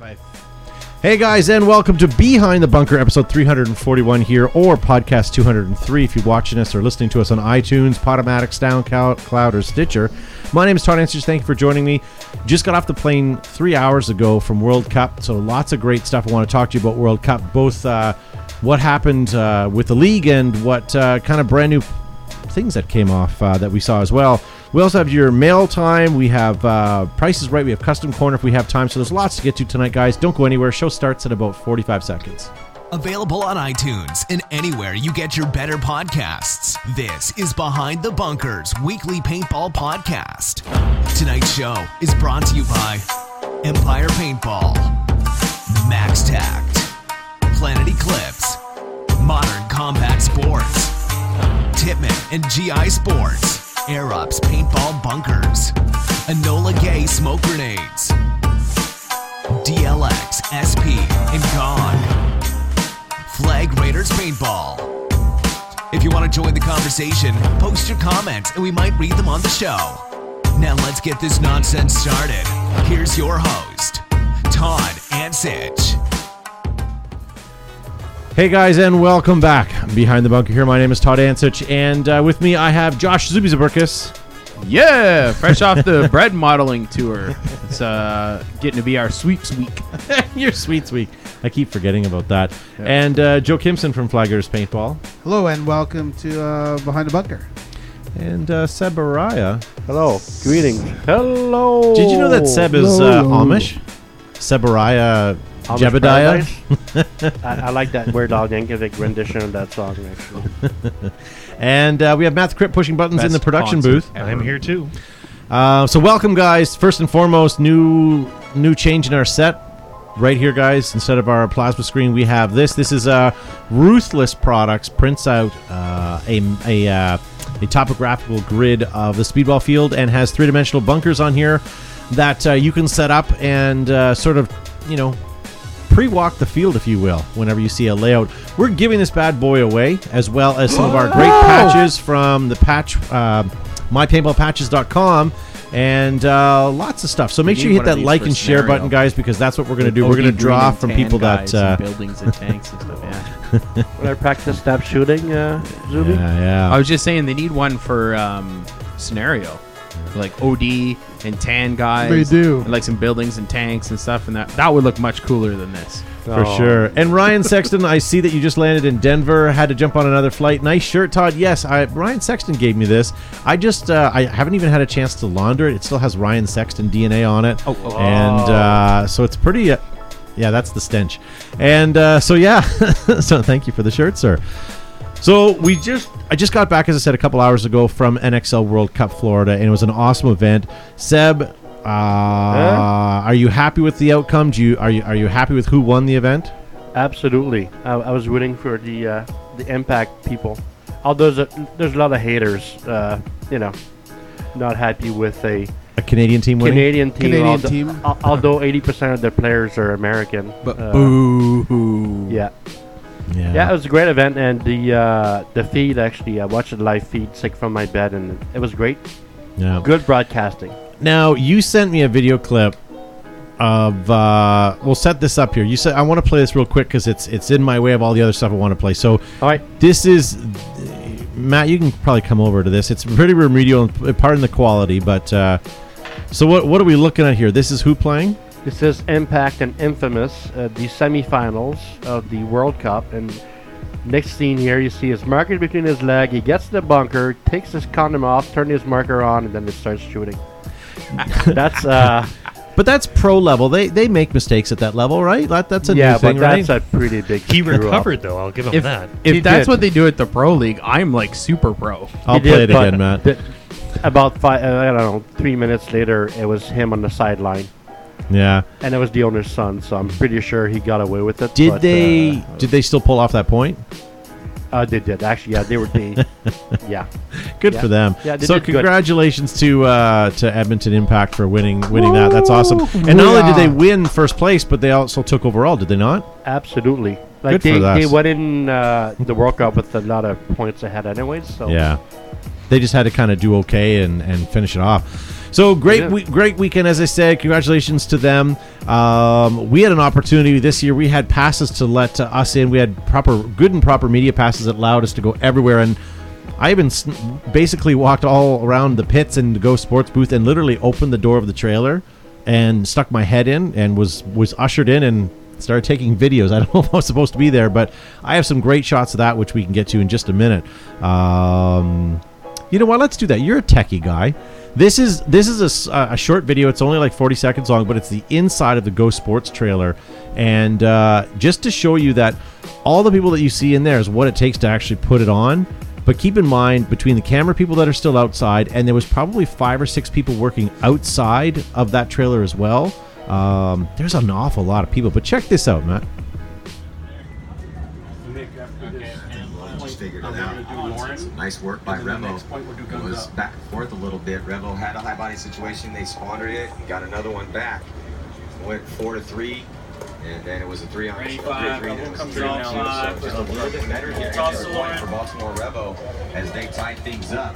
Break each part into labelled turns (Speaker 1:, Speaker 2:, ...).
Speaker 1: Bye. Hey guys, and welcome to Behind the Bunker, episode 341 here, or podcast 203 if you're watching us or listening to us on iTunes, Podomatic, SoundCloud, Cloud, or Stitcher. My name is Todd Answers. Thank you for joining me. Just got off the plane three hours ago from World Cup, so lots of great stuff I want to talk to you about World Cup, both uh, what happened uh, with the league and what uh, kind of brand new things that came off uh, that we saw as well. We also have your mail time. We have uh, prices right. We have custom corner if we have time. So there's lots to get to tonight, guys. Don't go anywhere. Show starts in about 45 seconds.
Speaker 2: Available on iTunes and anywhere you get your better podcasts. This is Behind the Bunkers Weekly Paintball Podcast. Tonight's show is brought to you by Empire Paintball, Max Tact, Planet Eclipse, Modern Combat Sports, Tipman and GI Sports, Air Ups Paintball Bunkers, Enola Gay Smoke Grenades, DLX, SP, and Gone. Flag Raiders Paintball. If you want to join the conversation, post your comments and we might read them on the show. Now let's get this nonsense started. Here's your host, Todd Ansich.
Speaker 1: Hey guys, and welcome back. Behind the bunker here. My name is Todd Ansich, and uh, with me I have Josh Zubizaburkis.
Speaker 3: Yeah, fresh off the bread modeling tour. It's uh, getting to be our sweeps week.
Speaker 1: Your sweet sweet. I keep forgetting about that. And uh, Joe Kimson from Flaggers Paintball,
Speaker 4: Hello and welcome to uh, Behind the Bunker.
Speaker 1: and uh, Seb Araya.
Speaker 5: Hello, greeting.
Speaker 3: Hello.
Speaker 1: Did you know that Seb is uh, Amish? Seb Araya,
Speaker 5: Amish
Speaker 1: Jebediah.
Speaker 5: Paradise? I, I like that Weird Al Yankovic rendition of that song, actually.
Speaker 1: And uh, we have Matt the Crip pushing buttons in the production booth.
Speaker 6: I'm here too.
Speaker 1: Uh, so welcome, guys. First and foremost, new new change in our set. Right here, guys. Instead of our plasma screen, we have this. This is uh, Ruthless Products prints out uh, a a, uh, a topographical grid of the speedball field and has three dimensional bunkers on here that uh, you can set up and uh, sort of you know pre-walk the field, if you will, whenever you see a layout. We're giving this bad boy away, as well as some of our great patches from the patch, uh, mypaintballpatches.com, and uh, lots of stuff. So make
Speaker 3: need
Speaker 1: sure you hit
Speaker 3: one of
Speaker 1: that
Speaker 3: these
Speaker 1: like
Speaker 3: for
Speaker 1: and share
Speaker 3: scenario.
Speaker 1: button, guys, because that's what we're going to do.
Speaker 3: OD
Speaker 1: we're going to
Speaker 3: green
Speaker 1: draw
Speaker 3: and
Speaker 1: from
Speaker 3: tan
Speaker 1: people that.
Speaker 3: guys and
Speaker 1: Uh,
Speaker 3: buildings and tanks and stuff. Yeah.
Speaker 5: When I practice snap shooting, uh, Zuby,
Speaker 1: yeah,
Speaker 3: I
Speaker 1: yeah.
Speaker 3: was just saying they need one for um, scenario, like OD and tan guys.
Speaker 4: They do.
Speaker 3: And, like some buildings and tanks and stuff, and that that would look much cooler than this.
Speaker 1: For sure. And Ryan Sexton, I see that you just landed in Denver, had to jump on another flight. Nice shirt, Todd. Yes, I, Ryan Sexton gave me this. I just uh, I haven't even had a chance to launder it. It still has Ryan Sexton DNA on it.
Speaker 3: Oh, oh.
Speaker 1: and uh, so it's pretty. Uh, yeah, that's the stench. And uh, so yeah, so thank you for the shirt, sir. So we just I just got back as I said a couple hours ago from NXL World Cup Florida and it was an awesome event. Seb, uh, are you happy with the outcome? Do you are you are you happy with who won the event?
Speaker 5: absolutely. I, I was rooting for the uh, the impact people. Although there's a, there's a lot of haters, uh, you know, not happy with a
Speaker 1: A Canadian team winning?
Speaker 5: Canadian team.
Speaker 4: Canadian
Speaker 5: although,
Speaker 4: team.
Speaker 5: al- although 80% of their players are American.
Speaker 3: But
Speaker 5: Uh,
Speaker 3: boo.
Speaker 5: Yeah. Yeah, it was a great event, and the uh, the feed actually, I watched the live feed sick from my bed, and it was great.
Speaker 1: Yeah.
Speaker 5: Good broadcasting.
Speaker 1: Now you sent me a video clip of uh we'll set this up here. You said I want to play this real quick cuz it's it's in my way of all the other stuff I want to play. So
Speaker 5: All right,
Speaker 1: this is Matt. You can probably come over to this. It's pretty remedial, and pardon the quality, but uh, so what? What are we looking at here? This is who playing?
Speaker 5: This is Impact and Infamous, uh, the semifinals of the World Cup. And next scene here, you see his marker between his leg. He gets to the bunker, takes his condom off, turns his marker on, and then it starts shooting. that's uh,
Speaker 1: But that's pro level. They they make mistakes at that level, right? That, that's a
Speaker 5: yeah,
Speaker 1: new thing,
Speaker 5: but that's
Speaker 1: right?
Speaker 5: a pretty big.
Speaker 6: He
Speaker 5: screw up.
Speaker 6: recovered though. I'll give him
Speaker 3: If,
Speaker 6: that.
Speaker 3: if
Speaker 5: He
Speaker 3: that's
Speaker 5: did.
Speaker 3: what they do at the pro league, I'm like super pro.
Speaker 1: i I'll
Speaker 5: He
Speaker 1: play
Speaker 5: did,
Speaker 1: it
Speaker 5: but
Speaker 1: again, Matt.
Speaker 5: th- about five, uh, I don't know, three minutes later, it was him on the sideline,
Speaker 1: yeah.
Speaker 5: and it was the owner's son. So I'm pretty sure he got away with it.
Speaker 1: Did
Speaker 5: but,
Speaker 1: they
Speaker 5: Uh,
Speaker 1: did they still pull off that point?
Speaker 5: uh, they did actually. Yeah, they were. They, yeah.
Speaker 1: Good
Speaker 5: Yeah.
Speaker 1: for them.
Speaker 5: Yeah, they
Speaker 1: so
Speaker 5: did good.
Speaker 1: congratulations to uh, to Edmonton Impact for winning winning that. That's awesome. And not only did they win first place, but they also took overall. Did they not?
Speaker 5: Absolutely. Like
Speaker 1: Good for
Speaker 5: they,
Speaker 1: us.
Speaker 5: they went in uh, the World Cup with a lot of points ahead, anyways. So
Speaker 1: Yeah. They just had to kind of do okay and, and finish it off. So great,
Speaker 5: is.
Speaker 1: we, great weekend, as I said. Congratulations to them. Um, we had an opportunity this year. We had passes to let uh, us in. We had proper, good and proper media passes that allowed us to go everywhere. And I even sn- basically walked all around the pits and the Go Sports booth and literally opened the door of the trailer and stuck my head in and was was ushered in and started taking videos. I don't know if I was supposed to be there, but I have some great shots of that which we can get to in just a minute. Um, you know what? Let's do that. You're a techie guy. This is this is a s- a, short video. It's only like 40 seconds long, but it's the inside of the Go Sports trailer, and uh, just to show you that all the people that you see in there is what it takes to actually put it on. But keep in mind, between the camera people that are still outside, and there was probably five or six people working outside of that trailer as well. Um, there's an awful lot of people. But check this out, Matt.
Speaker 6: just figured it out. Nice work by Revo. It was back and forth a little bit. Revo had a high body situation. They squandered it and got another one back. Went four to three. And then it was a three on
Speaker 7: Ready,
Speaker 6: three to
Speaker 7: five.
Speaker 6: three, then it
Speaker 7: Revo
Speaker 6: was a
Speaker 7: comes
Speaker 6: three on
Speaker 7: off
Speaker 6: two.
Speaker 7: five.
Speaker 6: So just a little bit better here at
Speaker 7: Toss to
Speaker 6: this point
Speaker 7: Lawrence.
Speaker 6: for Baltimore Revo as they tie things up.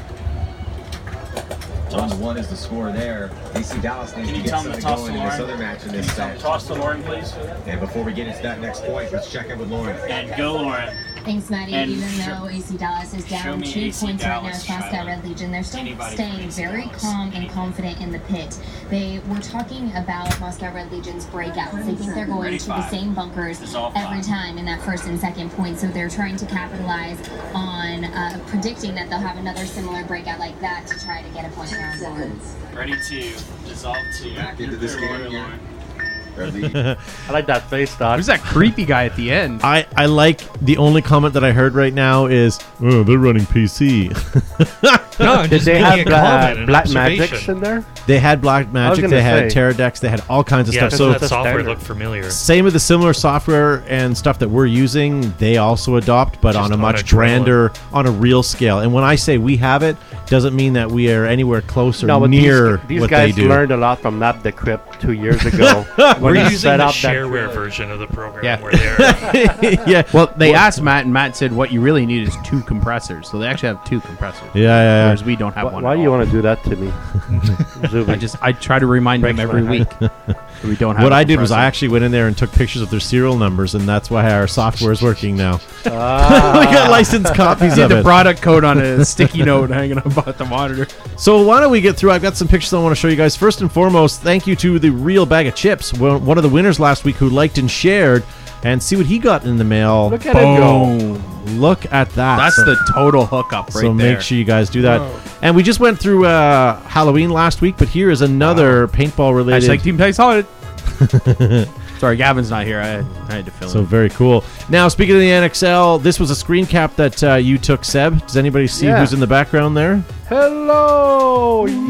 Speaker 6: One to one is the score there. DC Dallas needs
Speaker 7: Can
Speaker 6: to
Speaker 7: you
Speaker 6: get
Speaker 7: tell them to
Speaker 6: something
Speaker 7: toss
Speaker 6: going
Speaker 7: to
Speaker 6: in this
Speaker 7: Lawrence?
Speaker 6: other match in this set.
Speaker 7: Toss to Lauren, please.
Speaker 6: And before we get into that next point, let's check in with Lauren.
Speaker 7: And go, Lauren.
Speaker 8: Thanks, Maddie.
Speaker 7: And
Speaker 8: Even
Speaker 7: show-
Speaker 8: though AC Dallas is
Speaker 7: show
Speaker 8: down
Speaker 7: me
Speaker 8: two
Speaker 7: AC
Speaker 8: points right now
Speaker 7: Dallas,
Speaker 8: across that
Speaker 7: Tyler.
Speaker 8: red legion, they're still
Speaker 7: Anybody from
Speaker 8: staying
Speaker 7: AC
Speaker 8: very
Speaker 7: Dallas.
Speaker 8: calm and confident in the pit. They were talking about Moscow Red Legion's breakouts. They think they're going to the
Speaker 7: Thirty-five.
Speaker 8: same bunkers
Speaker 7: This is all
Speaker 8: every
Speaker 7: five.
Speaker 8: time in that first and second point, so they're trying to capitalize on uh, predicting that they'll have another similar breakout like that to try to get a point around Lawrence.
Speaker 7: Ready to dissolve to.
Speaker 6: Back into this
Speaker 7: Clear
Speaker 6: game
Speaker 7: Lauren,
Speaker 6: here.
Speaker 7: Lauren.
Speaker 6: Or lead.
Speaker 5: I like that face, Todd.
Speaker 3: There's that creepy guy at the end.
Speaker 1: I, I like the only comment that I heard right now is, oh, they're running PC.
Speaker 9: No,
Speaker 5: Did
Speaker 9: just
Speaker 5: they
Speaker 9: being
Speaker 5: have
Speaker 9: a comment
Speaker 5: uh,
Speaker 9: and
Speaker 5: black
Speaker 9: observation.
Speaker 5: magics in there?
Speaker 1: They had Black Magic,
Speaker 5: gonna
Speaker 1: they had
Speaker 5: say.
Speaker 1: Terradex, they had all kinds of
Speaker 9: Yeah,
Speaker 1: stuff. So
Speaker 9: so that software
Speaker 5: standard.
Speaker 9: looked familiar.
Speaker 1: same with the similar software and stuff that we're using they also adopt but
Speaker 9: Just
Speaker 1: on a
Speaker 9: on
Speaker 1: much
Speaker 9: a drill.
Speaker 1: grander on a real scale and when i say we have it doesn't mean that we are anywhere close or
Speaker 5: No, but these-
Speaker 1: near
Speaker 5: these,
Speaker 1: what
Speaker 5: guys
Speaker 1: they do
Speaker 5: learned a lot from Lab Decrypt two years ago. when
Speaker 9: We're
Speaker 5: they
Speaker 9: using
Speaker 5: set
Speaker 9: the
Speaker 5: up that-
Speaker 9: shareware version of the program
Speaker 3: Yeah.
Speaker 9: where they're
Speaker 1: yeah
Speaker 3: Well, they asked Matt, and Matt said what you really need is two compressors. So they actually have two compressors.
Speaker 1: yeah, yeah,
Speaker 3: Whereas we don't have
Speaker 5: Why,
Speaker 3: one.
Speaker 5: why
Speaker 3: at
Speaker 5: do you
Speaker 3: all.
Speaker 5: want to do that to me?
Speaker 3: I
Speaker 5: Zuby?
Speaker 3: just I try to remind them
Speaker 5: Breaks
Speaker 3: every
Speaker 5: my
Speaker 3: week. that we don't have.
Speaker 1: yeah. what
Speaker 3: a
Speaker 1: i did was i
Speaker 3: compressor.
Speaker 1: actually went in there and took pictures of their serial numbers and that's why our software is working now
Speaker 5: Ah,
Speaker 1: we got licensed copies
Speaker 3: Did
Speaker 1: of
Speaker 3: the
Speaker 1: it
Speaker 3: product code on a sticky note hanging up about the monitor.
Speaker 1: So why don't we get through? I've got some pictures I want to show you guys. First and foremost, thank you to the Real Bag of Chips, one one of the winners last week who liked and shared, and see what he got in the mail.
Speaker 5: look at it go.
Speaker 1: Look at that.
Speaker 3: That's
Speaker 1: So-
Speaker 3: the total hookup right
Speaker 1: so
Speaker 3: there.
Speaker 1: make sure you guys do that. And we just went through uh, Halloween last week, but here is another paintball related.
Speaker 3: Hashtag Team Tight Solid. Sorry, Gavin's not here. I, I had to fill
Speaker 1: so
Speaker 3: in.
Speaker 1: very cool. Now speaking of the NXL, this was a screen cap that uh, you took, Seb. Does anybody see
Speaker 5: Yeah.
Speaker 1: who's in the background there?
Speaker 5: Hello, yeah.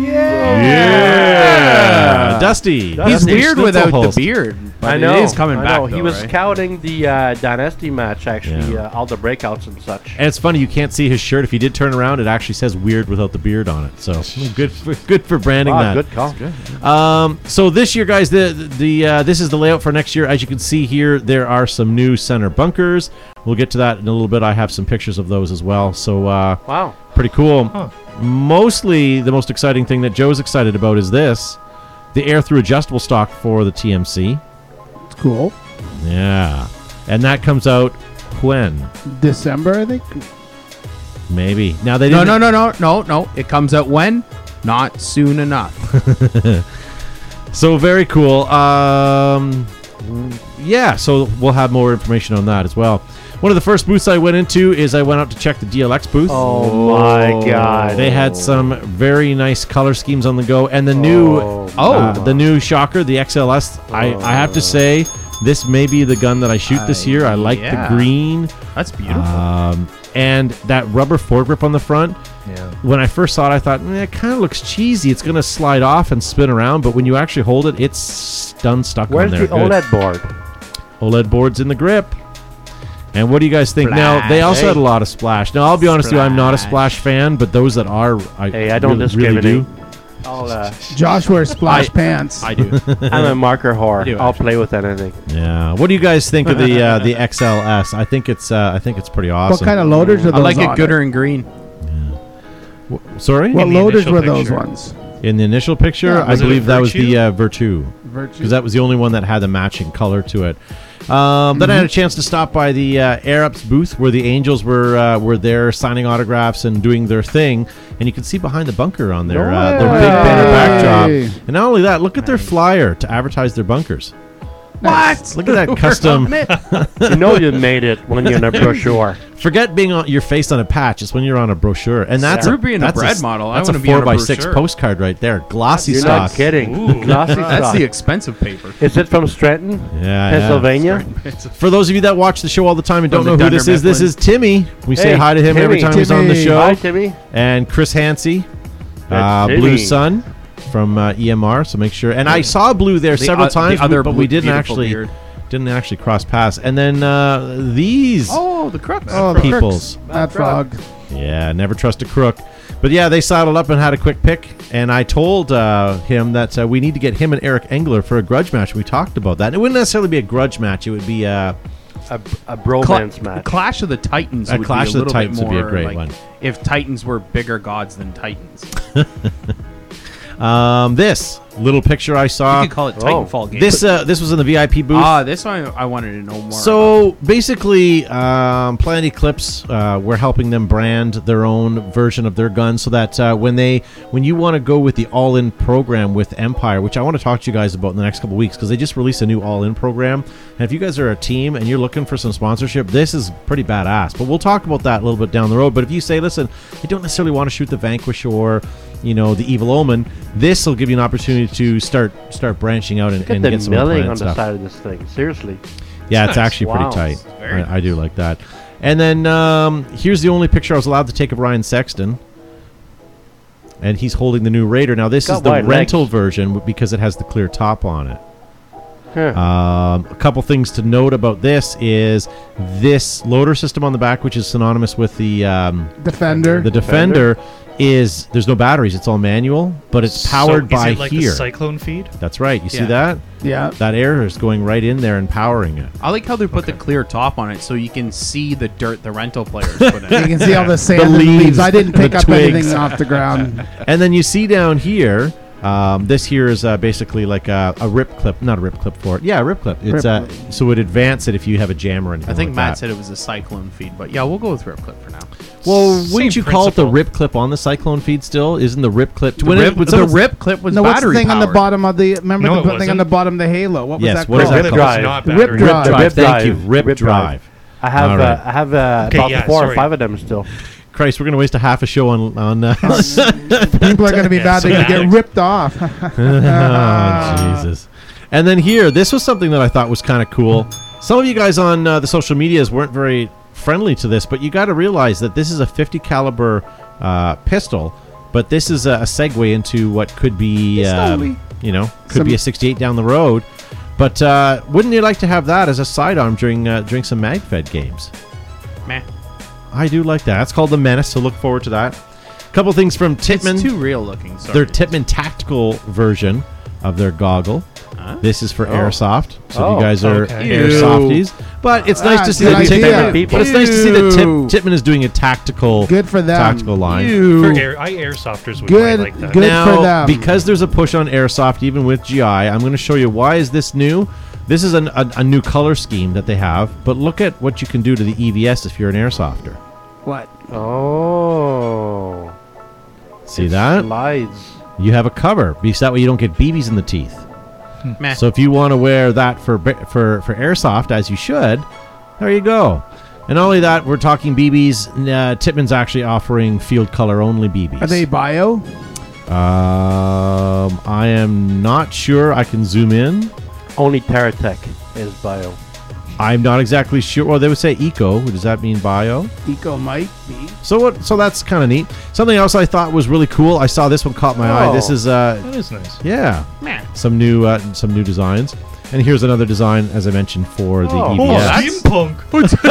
Speaker 1: Yeah, Dusty.
Speaker 3: He's
Speaker 1: Dusty
Speaker 3: weird without
Speaker 1: Schnitzelholst.
Speaker 3: the beard. But
Speaker 5: I know.
Speaker 3: It is coming
Speaker 5: I
Speaker 3: back.
Speaker 5: know. he
Speaker 3: though,
Speaker 5: was
Speaker 3: right?
Speaker 5: counting the uh, dynasty match, actually,
Speaker 1: Yeah.
Speaker 5: uh, all the breakouts and such.
Speaker 1: And it's funny you can't see his shirt. If he did turn around, it actually says "weird" without the beard on it. So good, for, good for branding that.
Speaker 5: Ah, good call.
Speaker 1: Um, so this year, guys, the the uh, this is the layout for next year. As you can see here, there are some new center bunkers. We'll get to that in a little bit. I have some pictures of those as well. So uh,
Speaker 5: Wow.
Speaker 1: pretty cool. Mostly, the most exciting thing that Joe's excited about is this: the air through adjustable stock for the TMC.
Speaker 4: It's cool.
Speaker 1: Yeah, and that comes out when
Speaker 4: December, I think.
Speaker 1: maybe. Now they
Speaker 3: No,
Speaker 1: didn't-
Speaker 3: no, no, no, no, no. It comes out when? Not soon enough.
Speaker 1: So very cool. Um, yeah, so we'll have more information on that as well. One of the first booths I went into is I went out to check the DLX booth.
Speaker 5: Oh my God.
Speaker 1: They had some very nice color schemes on the go, and the new
Speaker 5: Oh,
Speaker 1: uh, the new shocker, the XLS. I, I have to say, this may be the gun that I shoot this
Speaker 3: Uh,
Speaker 1: year. I like
Speaker 3: yeah.
Speaker 1: the green,
Speaker 3: That's beautiful.
Speaker 1: um, and that rubber foregrip on the front
Speaker 3: yeah.
Speaker 1: when I first saw it, I thought, "Mm, it kind of looks cheesy. It's going to slide off and spin around, but when you actually hold it, it's done stuck
Speaker 5: Where's
Speaker 1: on there.
Speaker 5: the E
Speaker 1: Good.
Speaker 5: OLED board?
Speaker 1: OLED board's in the grip. And what do you guys think? Now, they also
Speaker 5: Splash.
Speaker 1: had a lot of splash. Now, I'll be honest with you, I'm not a splash fan, but those that are, I,
Speaker 5: Hey, I don't
Speaker 1: really, really
Speaker 5: discriminate.
Speaker 1: do.
Speaker 5: I'll, uh,
Speaker 4: Josh wears splash pants.
Speaker 3: I do.
Speaker 5: I'm a marker whore.
Speaker 3: do,
Speaker 5: I'll play with anything.
Speaker 1: Yeah. What do you guys think of the uh, the XLS? I think it's uh, I think it's pretty awesome.
Speaker 4: What kind of loaders are
Speaker 3: I
Speaker 4: those?
Speaker 3: like
Speaker 4: on
Speaker 3: it gooder and green.
Speaker 1: Sorry?
Speaker 4: What
Speaker 9: In the
Speaker 4: loaders
Speaker 9: initial
Speaker 4: were those
Speaker 9: picture.
Speaker 4: ones?
Speaker 1: In the initial picture, I
Speaker 9: Was it a
Speaker 1: believe that was the
Speaker 9: Virtue?
Speaker 1: uh, Virtue.
Speaker 4: Virtue.
Speaker 1: because that was the only one that had the matching color to it. Um, Then I
Speaker 5: Mm-hmm.
Speaker 1: had a chance to stop by the uh, Air Ups booth where the Angels were uh, were there signing autographs and doing their thing, and you can see behind the bunker on their uh, their big banner
Speaker 4: Hey.
Speaker 1: backdrop. And not only that, look at their flyer to advertise their bunkers.
Speaker 4: What?
Speaker 1: Look at that custom.
Speaker 5: you know you made it when you're in a brochure.
Speaker 1: Forget being on your face on a patch; it's when you're on a brochure, and that's
Speaker 3: Screw
Speaker 1: a,
Speaker 3: being a
Speaker 1: that's
Speaker 3: bread
Speaker 1: s-
Speaker 3: model. I
Speaker 1: That's a
Speaker 3: wanna be on
Speaker 1: four
Speaker 3: a
Speaker 1: by six
Speaker 3: brochure.
Speaker 1: postcard right there, glossy
Speaker 5: You're
Speaker 1: stock.
Speaker 5: not kidding.
Speaker 9: Ooh.
Speaker 5: Glossy
Speaker 3: That's
Speaker 5: stock.
Speaker 3: the expensive paper.
Speaker 5: Is it from Stratton,
Speaker 1: Yeah,
Speaker 5: Pennsylvania?
Speaker 1: For those of you that watch the show all the time and don't
Speaker 3: From
Speaker 1: know
Speaker 3: the
Speaker 1: who this
Speaker 3: Dunder
Speaker 1: is, this
Speaker 3: Mifflin.
Speaker 1: is Timmy. We say
Speaker 5: Hey,
Speaker 1: hi to him every time
Speaker 5: Timmy.
Speaker 1: he's on the
Speaker 4: Timmy.
Speaker 1: show.
Speaker 5: Hi, Timmy.
Speaker 1: and Chris Hansey, uh,
Speaker 5: That's
Speaker 1: Blue
Speaker 5: Timmy.
Speaker 1: Sun from uh, EMR. So make sure. And I saw Blue there
Speaker 3: The
Speaker 1: several
Speaker 3: o- the
Speaker 1: times,
Speaker 3: other
Speaker 1: but
Speaker 3: blue-
Speaker 1: we didn't
Speaker 3: beautiful
Speaker 1: actually
Speaker 3: beard.
Speaker 1: didn't actually cross paths. And then uh, these
Speaker 3: Oh, the crux.
Speaker 4: Oh, the
Speaker 1: peoples,
Speaker 4: That frog.
Speaker 1: yeah, never trust a crook. But yeah, they saddled up and had a quick pick. And I told uh, him that uh, we need to get him and Eric Engler for a grudge match. We talked about that. And it wouldn't necessarily be a grudge match. It would be uh,
Speaker 5: A, a bromance match.
Speaker 3: Clash of the Titans.
Speaker 1: A
Speaker 3: would
Speaker 1: Clash
Speaker 3: be
Speaker 1: of the
Speaker 3: a little
Speaker 1: Titans
Speaker 3: bit
Speaker 1: would
Speaker 3: more,
Speaker 1: be a great
Speaker 3: like,
Speaker 1: one.
Speaker 3: If Titans were bigger gods than Titans, you
Speaker 1: um, this little picture I saw.
Speaker 3: could call it
Speaker 5: oh.
Speaker 3: Titanfall game.
Speaker 1: Uh, This uh, this was in the VIP booth.
Speaker 3: ah, this one I wanted to know more. about.
Speaker 1: So basically, um, Planet Eclipse, uh, we're helping them brand their own version of their gun, so that uh, when they, when you want to go with the all-in program with Empire, which I want to talk to you guys about in the next couple weeks, because they just released a new all-in program. And if you guys are a team and you're looking for some sponsorship, this is pretty badass. But we'll talk about that a little bit down the road. But if you say, listen, I don't necessarily want to shoot the Vanquish or you know the evil omen this will give you an opportunity to start start branching out and,
Speaker 5: Look at
Speaker 1: and
Speaker 5: the
Speaker 1: get some more
Speaker 5: milling
Speaker 1: Planet
Speaker 5: on the
Speaker 1: stuff.
Speaker 5: side of this thing. Seriously.
Speaker 1: Yeah, it's actually
Speaker 5: Wow.
Speaker 1: pretty
Speaker 5: It's
Speaker 1: tight. I, I do like that. And then um, here's the only picture I was allowed to take of Ryan Sexton. And he's holding the new Raider. Now, this
Speaker 5: Got
Speaker 1: is the
Speaker 5: wide
Speaker 1: rental
Speaker 5: legs.
Speaker 1: version w- because it has the clear top on it.
Speaker 5: Huh.
Speaker 1: Um, a couple things to note about this is this loader system on the back, which is synonymous with the um,
Speaker 4: Defender.
Speaker 1: the Defender, is there's no batteries. It's all manual, but it's powered
Speaker 9: so
Speaker 1: by
Speaker 9: is it like
Speaker 1: here.
Speaker 9: The cyclone feed.
Speaker 1: That's right. You see
Speaker 3: Yeah.
Speaker 1: that?
Speaker 4: yeah.
Speaker 1: That air is going right in there and powering it.
Speaker 3: I like how they put the clear top on it, so you can see the dirt the rental players put in.
Speaker 4: You can see all the sand and
Speaker 1: leaves,
Speaker 4: leaves. I didn't
Speaker 1: the
Speaker 4: pick up
Speaker 1: twigs.
Speaker 4: anything off the ground.
Speaker 1: And then you see down here, um, this here is uh, basically like a, a rip clip, not a rip clip for it. Yeah, a rip clip. It's
Speaker 4: Rip
Speaker 1: uh, so it advance it if you have a jammer or anything.
Speaker 3: I think
Speaker 1: like
Speaker 3: Matt
Speaker 1: that.
Speaker 3: said it was a cyclone feed, but yeah, we'll go with Rip Clip for now.
Speaker 1: Well,
Speaker 9: Same
Speaker 1: wouldn't you call it the
Speaker 9: principle.
Speaker 1: rip clip on the cyclone feed? Still, isn't the rip clip
Speaker 3: The,
Speaker 1: when it-
Speaker 3: rip,
Speaker 1: when
Speaker 3: the
Speaker 1: someone's-
Speaker 3: Rip Clip was
Speaker 4: No, what's the
Speaker 3: battery
Speaker 4: thing on the
Speaker 3: powered.
Speaker 4: bottom of the? Remember
Speaker 9: No,
Speaker 4: the
Speaker 9: it
Speaker 4: thing on
Speaker 9: wasn't.
Speaker 4: the bottom of the Halo? What was
Speaker 1: Yes,
Speaker 4: that
Speaker 1: what is
Speaker 4: called?
Speaker 1: that
Speaker 9: Rip
Speaker 1: called?
Speaker 9: drive. Not battery.
Speaker 4: Rip drive.
Speaker 1: Drive,
Speaker 5: Rip
Speaker 1: thank
Speaker 5: drive.
Speaker 1: you. Rip,
Speaker 5: Rip
Speaker 1: drive.
Speaker 5: drive. I have
Speaker 1: All right.
Speaker 5: uh, I have uh,
Speaker 9: Okay,
Speaker 5: about
Speaker 9: yeah,
Speaker 5: four or
Speaker 9: sorry.
Speaker 5: five of them still.
Speaker 1: Christ, we're gonna waste a half a show on on. Uh,
Speaker 4: People are going to be
Speaker 9: Yeah,
Speaker 4: bad. They're going to
Speaker 9: somatic.
Speaker 4: get ripped off.
Speaker 3: Ah.
Speaker 1: oh, Jesus. And then here, this was something that I thought was kind of cool. Some of you guys on uh, the social medias weren't very friendly to this, but you got to realize that this is a 50 caliber uh, pistol, but this is a, a segue into what could be, um, you know, could
Speaker 4: Some-
Speaker 1: be a 68 down the road. But uh, wouldn't you like to have that as a sidearm during uh, during some Magfed games?
Speaker 3: Meh.
Speaker 1: I do like that. That's called the Menace, so look forward to that. Couple things from Titman
Speaker 3: It's too real looking. Sorry.
Speaker 1: their Titman tactical version of their goggle. This is for
Speaker 4: Oh.
Speaker 1: airsoft, so if
Speaker 5: Oh,
Speaker 1: you guys are
Speaker 9: okay.
Speaker 3: Ew.
Speaker 1: airsofties. But it's nice to
Speaker 4: That's
Speaker 1: see that
Speaker 4: Ah, good
Speaker 1: Titman.
Speaker 5: idea.
Speaker 1: But it's nice to see that Tip,
Speaker 4: Ew.
Speaker 1: Titman is doing a tactical,
Speaker 4: Good for them.
Speaker 1: tactical line.
Speaker 9: For
Speaker 4: Ew.
Speaker 9: air, I airsofters would
Speaker 4: Good-
Speaker 9: play like that.
Speaker 4: good-
Speaker 1: now,
Speaker 4: for them.
Speaker 1: because there's a push on airsoft, even with GI, I'm going to show you why is this new. This is an, a, a new color scheme that they have, but look at what you can do to the EVS if you're an airsofter.
Speaker 4: What?
Speaker 5: Oh,
Speaker 1: See that?
Speaker 5: slides.
Speaker 1: You have a cover because that way you don't get BBs in the teeth.
Speaker 4: Hmm.
Speaker 3: Meh.
Speaker 1: So if you want to wear that for ba- for for airsoft, as you should, there you go. And not only that, we're talking BBs. Uh, Tippman's actually offering field color only BBs.
Speaker 4: Are they bio?
Speaker 1: Um, I am not sure. I can zoom in.
Speaker 5: Only Terratech is bio.
Speaker 1: I'm not exactly sure. Well, they would say eco. Does that mean bio?
Speaker 4: Eco might be.
Speaker 1: So what? So that's kind of neat. Something else I thought was really cool. I saw this one caught my eye. This
Speaker 5: Oh.
Speaker 1: is uh,
Speaker 9: That is nice.
Speaker 1: yeah,
Speaker 3: Meh.
Speaker 1: some new uh, some new designs. And here's another design, as I mentioned, for the E
Speaker 5: Oh.
Speaker 9: Oh,
Speaker 1: EVS.
Speaker 9: steampunk.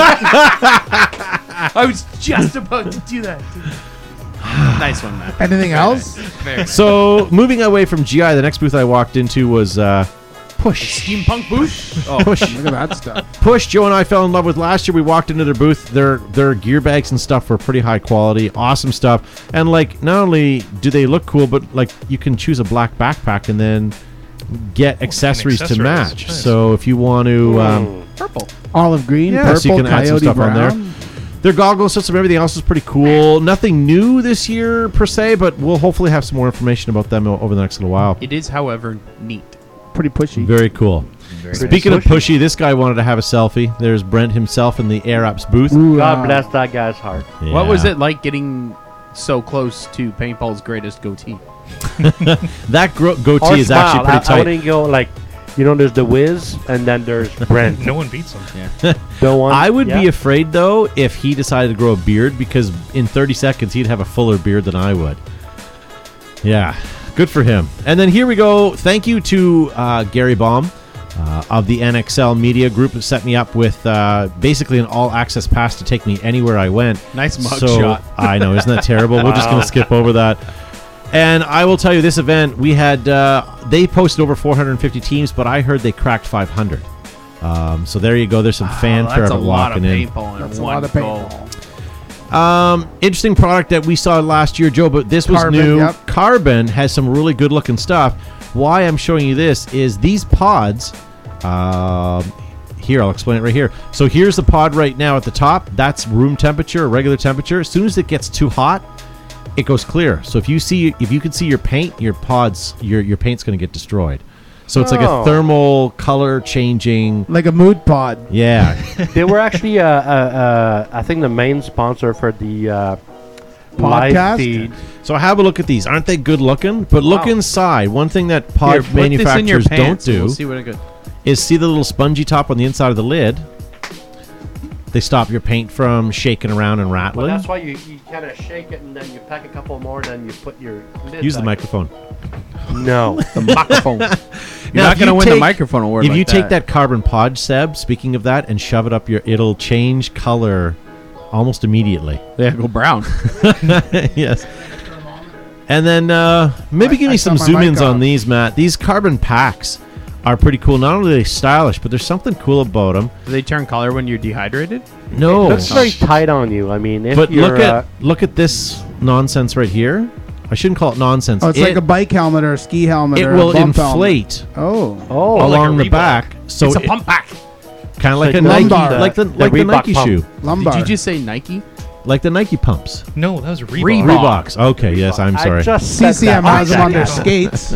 Speaker 3: I was just about to do that. nice one, Matt.
Speaker 4: Anything else?
Speaker 3: Very nice.
Speaker 1: So moving away from GI, the next booth I walked into was uh, Push.
Speaker 3: Steampunk booth. Oh,
Speaker 1: Push.
Speaker 4: Look at that stuff.
Speaker 1: Push, Joe and I fell in love with last year. We walked into their booth. Their their gear bags and stuff were pretty high quality, awesome stuff. And like, not only do they look cool, but like you can choose a black backpack and then get accessories to
Speaker 9: accessorize.
Speaker 1: match.
Speaker 9: Nice.
Speaker 1: So if you want to, um,
Speaker 3: purple.
Speaker 4: Olive green,
Speaker 1: yeah,
Speaker 4: purple,
Speaker 1: so you can
Speaker 4: coyote
Speaker 1: add some stuff
Speaker 4: brown.
Speaker 1: on there. Their goggle system, everything else is pretty cool. Nothing new this year per se, but we'll hopefully have some more information about them o- over the next little while.
Speaker 3: It is, however, neat.
Speaker 4: Pretty pushy.
Speaker 1: Very cool. Speaking of pushy, this guy wanted to have a selfie. There's Brent himself in the Air Ops booth.
Speaker 4: Ooh,
Speaker 5: God
Speaker 4: uh,
Speaker 5: bless that guy's heart.
Speaker 3: What was
Speaker 1: Yeah.
Speaker 3: it like getting so close to paintball's greatest goatee?
Speaker 1: That gro- goatee
Speaker 5: Or
Speaker 1: is
Speaker 5: smile.
Speaker 1: actually pretty
Speaker 5: I, I
Speaker 1: tight.
Speaker 5: wouldn't go like, you know, there's the Wiz and then there's Brent.
Speaker 9: No one beats him.
Speaker 5: The one,
Speaker 1: I would be
Speaker 5: yeah.
Speaker 1: afraid though if he decided to grow a beard because in 30 seconds he'd have a fuller beard than I would. Yeah, good for him. And then here we go. Thank you to uh, Gary Baum uh, of the NXL Media Group who set me up with uh, basically an all-access pass to take me anywhere I went.
Speaker 3: Nice mug
Speaker 1: So-
Speaker 3: shot.
Speaker 1: I know, isn't that terrible? We're just going to skip over that. And I will tell you, this event we had uh, they posted over 450 teams, but I heard they cracked 500. Um, so there you go. There's some fanfare
Speaker 3: that's a
Speaker 1: about
Speaker 3: lot of
Speaker 1: walking in.
Speaker 3: paintball in
Speaker 4: That's a
Speaker 3: one
Speaker 4: lot of
Speaker 3: goal.
Speaker 4: paintball.
Speaker 1: Um, interesting product that we saw last year, Joe, but this was
Speaker 4: Carbon,
Speaker 1: new.
Speaker 4: yep.
Speaker 1: Carbon has some really good looking stuff. Why I'm showing you this is these pods. Um, here, I'll explain it right here. So here's the pod right now at the top. That's room temperature, regular temperature. As soon as it gets too hot, it goes clear. So if you see if you can see your paint, your pods, your your paint's going to get destroyed. So it's like a
Speaker 5: Oh.
Speaker 1: thermal color changing.
Speaker 4: Like a mood pod.
Speaker 1: Yeah,
Speaker 5: they were actually, uh, uh, uh, I think, the main sponsor for the uh,
Speaker 4: Podcast?
Speaker 5: live feed.
Speaker 1: So have a look at these. Aren't they good looking? But look
Speaker 3: Wow.
Speaker 1: inside. One thing that
Speaker 3: Here,
Speaker 1: pod
Speaker 3: put this in your
Speaker 1: manufacturers don't
Speaker 3: pants and
Speaker 1: do
Speaker 3: We'll see what it goes.
Speaker 1: is see the little spongy top on the inside of the lid. They stop your paint from shaking around and
Speaker 5: Well,
Speaker 1: rattling.
Speaker 5: that's why you, you kind of shake it and then you pack a couple more and then you put your. lid
Speaker 1: Use the
Speaker 5: back.
Speaker 1: microphone.
Speaker 5: No.
Speaker 3: The microphone. You're
Speaker 1: Now,
Speaker 3: not
Speaker 1: if
Speaker 3: going to
Speaker 1: you
Speaker 3: win the
Speaker 1: take-
Speaker 3: microphone award.
Speaker 1: if
Speaker 3: like
Speaker 1: you take that carbon pod, Seb, speaking of that, and shove it up your, it'll change color almost immediately.
Speaker 3: yeah, go brown.
Speaker 1: yes. And then uh, maybe
Speaker 4: I-
Speaker 1: give me
Speaker 4: I
Speaker 1: some
Speaker 4: saw my
Speaker 1: zoom
Speaker 4: mic
Speaker 1: ins on
Speaker 4: off.
Speaker 1: these, Matt. These carbon packs are pretty cool. Not only are they stylish, but there's something cool about them.
Speaker 3: do they turn color when you're dehydrated?
Speaker 1: No,
Speaker 5: Looks very tight on you. I mean, if
Speaker 1: but
Speaker 5: you're,
Speaker 1: look at
Speaker 5: uh,
Speaker 1: look at this nonsense right here. I shouldn't call it nonsense.
Speaker 4: Oh, it's
Speaker 1: it,
Speaker 4: like a bike helmet or a ski helmet.
Speaker 1: it
Speaker 4: or
Speaker 1: will
Speaker 4: a bump helmet.
Speaker 1: inflate
Speaker 4: Oh,
Speaker 5: oh,
Speaker 9: like a
Speaker 1: along the
Speaker 9: Reebok.
Speaker 1: back. So
Speaker 3: it's a pump pack.
Speaker 1: kind of like,
Speaker 5: like
Speaker 1: a
Speaker 5: the
Speaker 1: Nike,
Speaker 4: Lombard.
Speaker 1: like the,
Speaker 5: The
Speaker 1: like the
Speaker 5: Reebok
Speaker 1: Nike
Speaker 5: pump.
Speaker 1: shoe,
Speaker 4: lumbar.
Speaker 3: Did you just say Nike?
Speaker 1: like the Nike pumps.
Speaker 9: No, that was Reebok.
Speaker 3: Reebok.
Speaker 1: Reeboks. Okay, yes, I'm
Speaker 5: I
Speaker 1: sorry.
Speaker 5: just said
Speaker 4: CCM
Speaker 5: that.
Speaker 4: has them on their skates.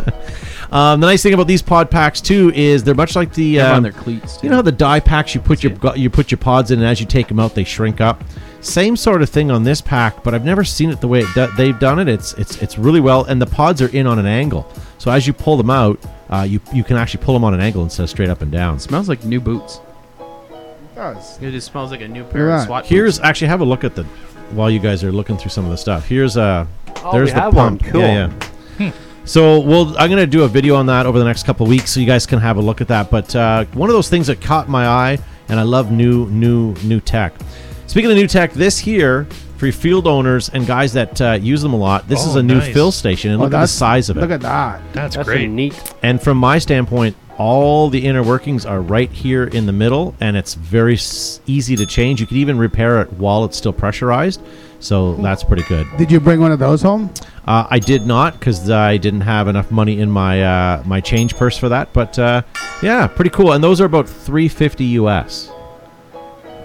Speaker 1: Um, the nice thing about these pod packs too is they're much like the
Speaker 3: They're
Speaker 1: um,
Speaker 3: on their cleats.
Speaker 1: You know how the die packs you put your
Speaker 3: it.
Speaker 1: gu- you put your pods in, and as you take them out, they shrink up. Same sort of thing on this pack, but I've never seen it the way it do- they've done it. It's it's it's really well, and the pods are in on an angle. So as you pull them out, uh, you you can actually pull them on an angle instead of straight up and down.
Speaker 3: It smells like new boots.
Speaker 4: Does.
Speaker 3: It just smells like a new
Speaker 4: You're
Speaker 3: pair of
Speaker 4: right.
Speaker 3: SWAT
Speaker 1: Here's actually have a look at the while you guys are looking through some of the stuff. Here's uh
Speaker 5: Oh,
Speaker 1: there's
Speaker 5: we
Speaker 1: the
Speaker 5: have
Speaker 1: pump.
Speaker 5: one. Cool.
Speaker 1: Yeah, yeah. So we'll I'm gonna do a video on that over the next couple of weeks, so you guys can have a look at that. But uh, one of those things that caught my eye, and I love new new new tech. Speaking of new tech, this here for your field owners and guys that uh, use them a lot, this is
Speaker 9: Oh,
Speaker 1: a new
Speaker 9: nice.
Speaker 1: fill station, and
Speaker 4: Oh,
Speaker 1: look at the
Speaker 4: that's-
Speaker 1: size of it.
Speaker 4: Look at that.
Speaker 9: That's,
Speaker 5: That's a
Speaker 9: great.
Speaker 5: neat.
Speaker 1: And from my standpoint, all the inner workings are right here in the middle, and it's very s- easy to change. You can even repair it while it's still pressurized, so that's pretty good.
Speaker 4: Did you bring one of those home?
Speaker 1: Uh, I did not because I didn't have enough money in my uh, my change purse for that. But uh, yeah, pretty cool. And those are about three fifty US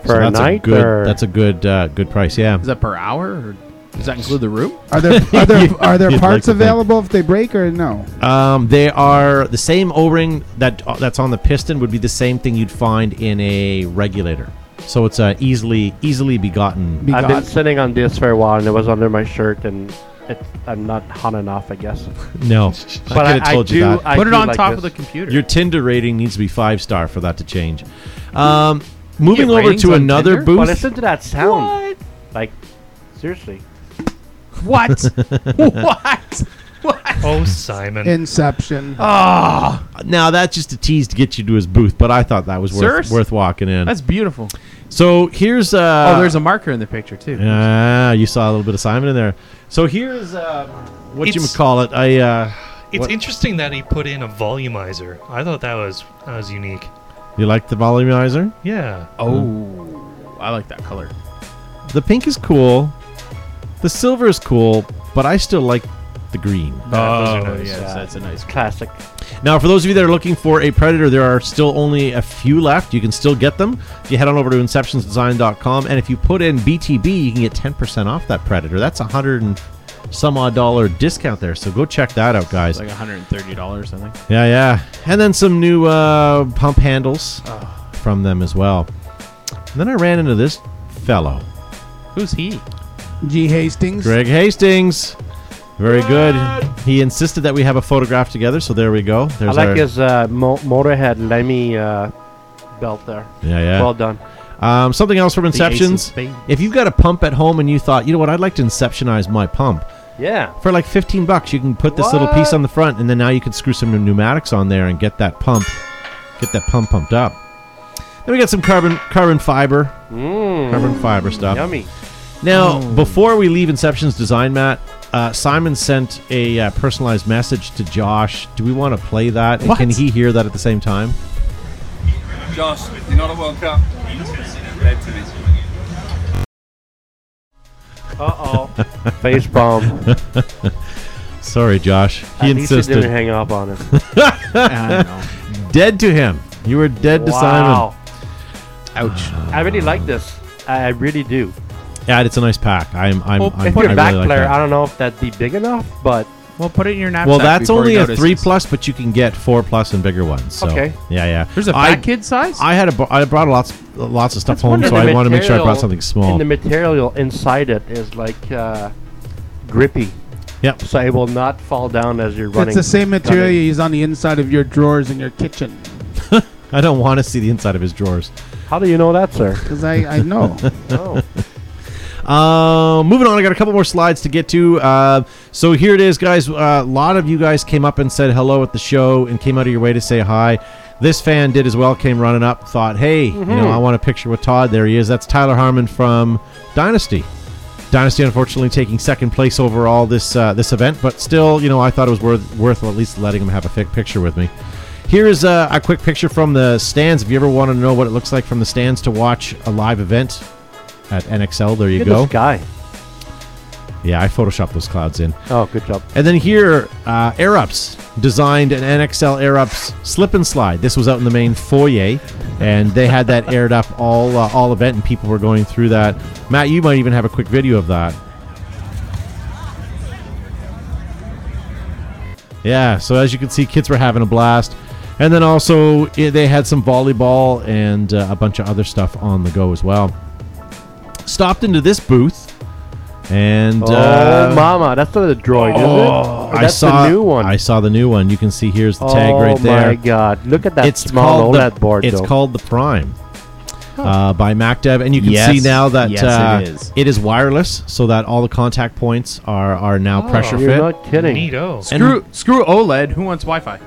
Speaker 5: For
Speaker 1: So
Speaker 5: a
Speaker 1: that's
Speaker 5: night?
Speaker 1: good,
Speaker 5: or-
Speaker 1: that's a good uh, good price. Yeah.
Speaker 3: Is that per hour? Or does that include the room?
Speaker 4: Are there are there are there
Speaker 1: You'd like
Speaker 4: parts
Speaker 1: to think.
Speaker 4: available if they break or no?
Speaker 1: Um, they are the same O-ring that uh, that's on the piston would be the same thing you'd find in a regulator. So it's uh, easily easily begotten.
Speaker 4: Be
Speaker 5: I've
Speaker 4: gone.
Speaker 5: been sitting on this for a while and it was under my shirt and it, I'm not hot enough, I guess.
Speaker 1: No,
Speaker 5: But
Speaker 1: I could have told
Speaker 5: do,
Speaker 1: you that.
Speaker 5: I
Speaker 3: Put it
Speaker 5: do
Speaker 3: on
Speaker 5: like
Speaker 3: top
Speaker 5: this.
Speaker 3: of the computer.
Speaker 1: Your Tinder rating needs to be five star for that to change. Um, moving
Speaker 3: get
Speaker 1: over
Speaker 3: ratings
Speaker 1: to
Speaker 3: on
Speaker 1: another
Speaker 3: Tinder?
Speaker 1: booth.
Speaker 5: But listen to that sound. Like, seriously.
Speaker 3: what? what? What?
Speaker 9: Oh, Simon.
Speaker 4: Inception.
Speaker 5: Ah.
Speaker 3: Oh,
Speaker 1: Now that's just a tease to get you to his booth, but I thought that was worth,
Speaker 3: Sirs?
Speaker 1: worth walking in.
Speaker 3: that's beautiful.
Speaker 1: so here's uh
Speaker 3: oh, there's a marker in the picture too.
Speaker 1: ah, you saw a little bit of Simon in there. So here's uh, what you
Speaker 9: It's-
Speaker 1: call it. I uh,
Speaker 9: It's
Speaker 1: What-
Speaker 9: interesting that he put in a volumizer. I thought that was that was unique.
Speaker 1: You like the volumizer?
Speaker 9: Yeah.
Speaker 3: Oh, I like that color.
Speaker 1: The pink is cool. The silver is cool, but I still like the green.
Speaker 9: Yeah, those are
Speaker 3: Oh,
Speaker 9: nice.
Speaker 3: yes, that's a nice.
Speaker 5: Classic.
Speaker 1: Now, for those of you that are looking for a Predator, there are still only a few left. You can still get them. If you head on over to inceptionsdesign.com, and if you put in BTB, you can get 10% off that Predator. That's a hundred and some odd dollar discount there. So go check that out, guys.
Speaker 3: It's like 130 dollars, I think.
Speaker 1: Yeah, yeah. And then some new uh, pump handles
Speaker 3: Ah.
Speaker 1: from them as well. And then I ran into this fellow,
Speaker 3: Who's he?
Speaker 4: G. Hastings.
Speaker 1: Greg Hastings. Very good. He insisted that we have a photograph together, so there we go. There's
Speaker 5: I like
Speaker 1: our-
Speaker 5: his uh, mo- Motorhead Lemmy uh, belt there.
Speaker 1: Yeah, yeah.
Speaker 5: Well done.
Speaker 1: Um, something else from
Speaker 3: The Ace of
Speaker 1: Inceptions.
Speaker 3: Spades.
Speaker 1: If you've got a pump at home and you thought, you know what, I'd like to inceptionize my pump
Speaker 5: Yeah.
Speaker 1: for like 15 bucks, you can put this little piece on the front, and then now you can screw some pneumatics on there and get that pump, get that pump pumped up. Then we got some carbon carbon fiber,
Speaker 5: Mm.
Speaker 1: carbon fiber stuff.
Speaker 5: Yummy.
Speaker 1: Now,
Speaker 5: Oh.
Speaker 1: before we leave Inception's design, Matt, uh, Simon sent a uh, personalized message to Josh. Do we want to play that? And Can he hear that at the same time?
Speaker 7: Josh, you're not a World Cup.
Speaker 5: Uh oh. Face bomb.
Speaker 1: Sorry, Josh. He
Speaker 5: At least he didn't
Speaker 1: insisted.
Speaker 5: hang up on it.
Speaker 3: I don't know.
Speaker 1: Dead to him. You were dead to Simon.
Speaker 5: wow.
Speaker 1: Uh,
Speaker 3: Ouch.
Speaker 5: I really like this. I I really do.
Speaker 1: Yeah, it's a nice pack. I'm, I'm,
Speaker 3: Well,
Speaker 1: I'm
Speaker 5: If you're
Speaker 1: I
Speaker 5: a back
Speaker 1: really like
Speaker 5: player,
Speaker 1: that.
Speaker 5: I don't know if that'd be big enough, but
Speaker 3: Well, put it in your knapsack.
Speaker 1: well, that's
Speaker 3: before
Speaker 1: only
Speaker 3: he
Speaker 1: a
Speaker 3: notices.
Speaker 1: three plus, but you can get four plus and bigger ones. So,
Speaker 5: Okay.
Speaker 1: Yeah, yeah.
Speaker 3: There's a fat
Speaker 1: I-
Speaker 3: kid size.
Speaker 1: I had a, bu- I brought lots, lots of stuff home,
Speaker 5: And
Speaker 1: so
Speaker 5: the
Speaker 1: I want to make sure I brought
Speaker 5: material-
Speaker 1: something small.
Speaker 5: And the material inside it is like uh, grippy,
Speaker 1: Yep.
Speaker 5: so it will not fall down as you're running.
Speaker 4: It's the same material
Speaker 5: running.
Speaker 4: you use on the inside of your drawers in your kitchen.
Speaker 1: I don't want to see the inside of his drawers.
Speaker 5: How do you know that, sir?
Speaker 4: Because I, I know.
Speaker 5: Oh,
Speaker 1: Uh, moving on, I got a couple more slides to get to. Uh, so here it is, guys. Uh, A lot of you guys came up and said hello at the show and came out of your way to say hi. This fan did as well, came running up, thought, hey, you know, I want a picture with Todd. There he is. That's Tyler Harmon from Dynasty. Dynasty, unfortunately, taking second place overall this uh, this event, but still, you know, I thought it was worth worth at least letting him have a fic picture with me. Here is a, a quick picture from the stands. If you ever want to know what it looks like from the stands to watch a live event at NXL, there you
Speaker 5: look at
Speaker 1: go.
Speaker 5: this guy.
Speaker 1: Yeah, I photoshopped those clouds in.
Speaker 5: Oh, good job.
Speaker 1: And then here, uh, Air Ups designed an NXL Air Ups slip and slide. This was out in the main foyer, and they had that aired up all uh, all event, and people were going through that. Matt, you might even have a quick video of that. Yeah, so as you can see, kids were having a blast. And then also, i they had some volleyball and uh, a bunch of other stuff on the go as well. Stopped into this booth, and. uh,
Speaker 5: oh, mama, that's not a droid, is it? Or
Speaker 1: Oh, I
Speaker 5: that's
Speaker 1: saw
Speaker 5: the new one.
Speaker 1: I saw the new one. You can see here's the tag
Speaker 5: oh
Speaker 1: right there.
Speaker 5: my god, look at that
Speaker 1: It's
Speaker 5: small
Speaker 1: called
Speaker 5: OLED
Speaker 1: the,
Speaker 5: board.
Speaker 1: It's
Speaker 5: though.
Speaker 1: called the Prime. Uh, by MacDev, and you can
Speaker 3: Yes.
Speaker 1: see now that
Speaker 3: Yes, it
Speaker 1: uh,
Speaker 3: is.
Speaker 1: it is wireless, so that all the contact points are are now pressure
Speaker 5: Oh. You're
Speaker 1: fit.
Speaker 5: not kidding.
Speaker 9: Neato.
Speaker 1: And-
Speaker 3: Screw, screw OLED. Who wants Wi-Fi?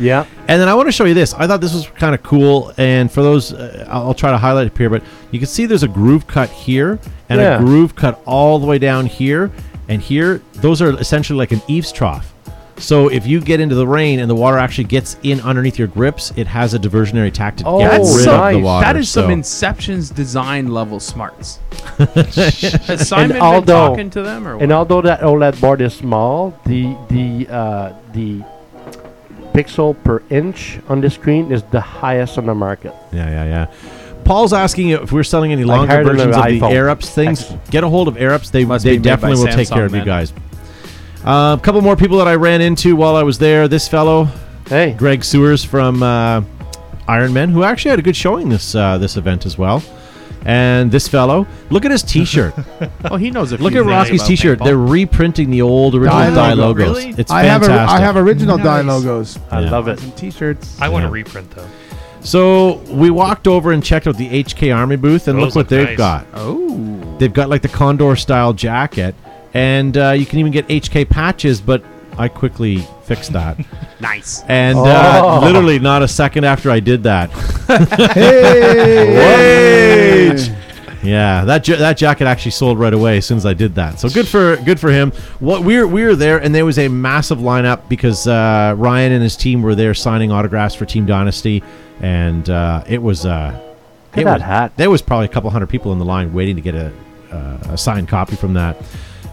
Speaker 5: Yeah.
Speaker 1: And then I want to show you this. I thought this was kind of cool. And for those, uh, I'll, I'll try to highlight it here, but you can see there's a groove cut here and
Speaker 5: Yeah.
Speaker 1: a groove cut all the way down here and here. Those are essentially like an eaves trough. So if you get into the rain and the water actually gets in underneath your grips, it has a diversionary tactic to
Speaker 5: Oh,
Speaker 1: get
Speaker 5: that's
Speaker 1: rid
Speaker 5: so
Speaker 1: of the
Speaker 5: nice.
Speaker 1: water.
Speaker 3: that is
Speaker 1: so.
Speaker 3: some Inception's design level smarts. Has Simon been
Speaker 5: Aldo-
Speaker 3: talking to them or what?
Speaker 5: And although that OLED board is small, the the uh, the pixel per inch on the screen is the highest on the market.
Speaker 1: Yeah, yeah, yeah. Paul's asking if we're selling any longer
Speaker 5: higher than
Speaker 1: versions of
Speaker 5: an
Speaker 1: the
Speaker 5: iPhone
Speaker 1: Air Ups things.
Speaker 5: X.
Speaker 1: Get a hold of Air Ups. They,
Speaker 3: Must
Speaker 1: they
Speaker 3: be made by
Speaker 1: definitely will take
Speaker 3: Samsung
Speaker 1: care of you
Speaker 3: then.
Speaker 1: guys. A couple more people that I ran into while I was there. This fellow,
Speaker 5: Hey,
Speaker 1: Greg Sewers from uh, Iron Man, who actually had a good showing this uh, this event as well. And this fellow, look at his T-shirt.
Speaker 3: oh, he knows a
Speaker 1: look
Speaker 3: few
Speaker 1: at
Speaker 3: things
Speaker 1: Roski's
Speaker 3: about
Speaker 1: T-shirt.
Speaker 3: paintball.
Speaker 1: They're reprinting the old original
Speaker 4: Die
Speaker 1: die
Speaker 4: logo,
Speaker 1: logos.
Speaker 3: really?
Speaker 1: It's
Speaker 4: I have, a,
Speaker 1: fantastic.
Speaker 4: I have original die
Speaker 9: Nice.
Speaker 4: logos.
Speaker 5: I
Speaker 1: Yeah.
Speaker 5: love it.
Speaker 4: Some t shirts.
Speaker 9: I want
Speaker 1: Yeah.
Speaker 9: to reprint though.
Speaker 1: so we walked over and checked out the HK Army booth, and look
Speaker 9: Those
Speaker 1: what
Speaker 9: look
Speaker 1: they've
Speaker 9: nice.
Speaker 1: got.
Speaker 3: Oh,
Speaker 1: They've got like the Condor style jacket, and uh, you can even get HK patches. But I quickly fixed that,
Speaker 3: nice.
Speaker 1: and uh,
Speaker 5: Oh.
Speaker 1: literally not a second after I did that,
Speaker 4: Hey!
Speaker 1: Hey! Yeah, that ja- that jacket actually sold right away as soon as I did that. So good for good for him. What we were we were there, and there was a massive lineup because uh, Ryan and his team were there signing autographs for Team Dynasty, and uh, it was uh,
Speaker 5: Look
Speaker 1: it
Speaker 5: at
Speaker 1: was-
Speaker 5: that hat.
Speaker 1: There was probably a couple hundred people in the line waiting to get a, uh, a signed copy from that.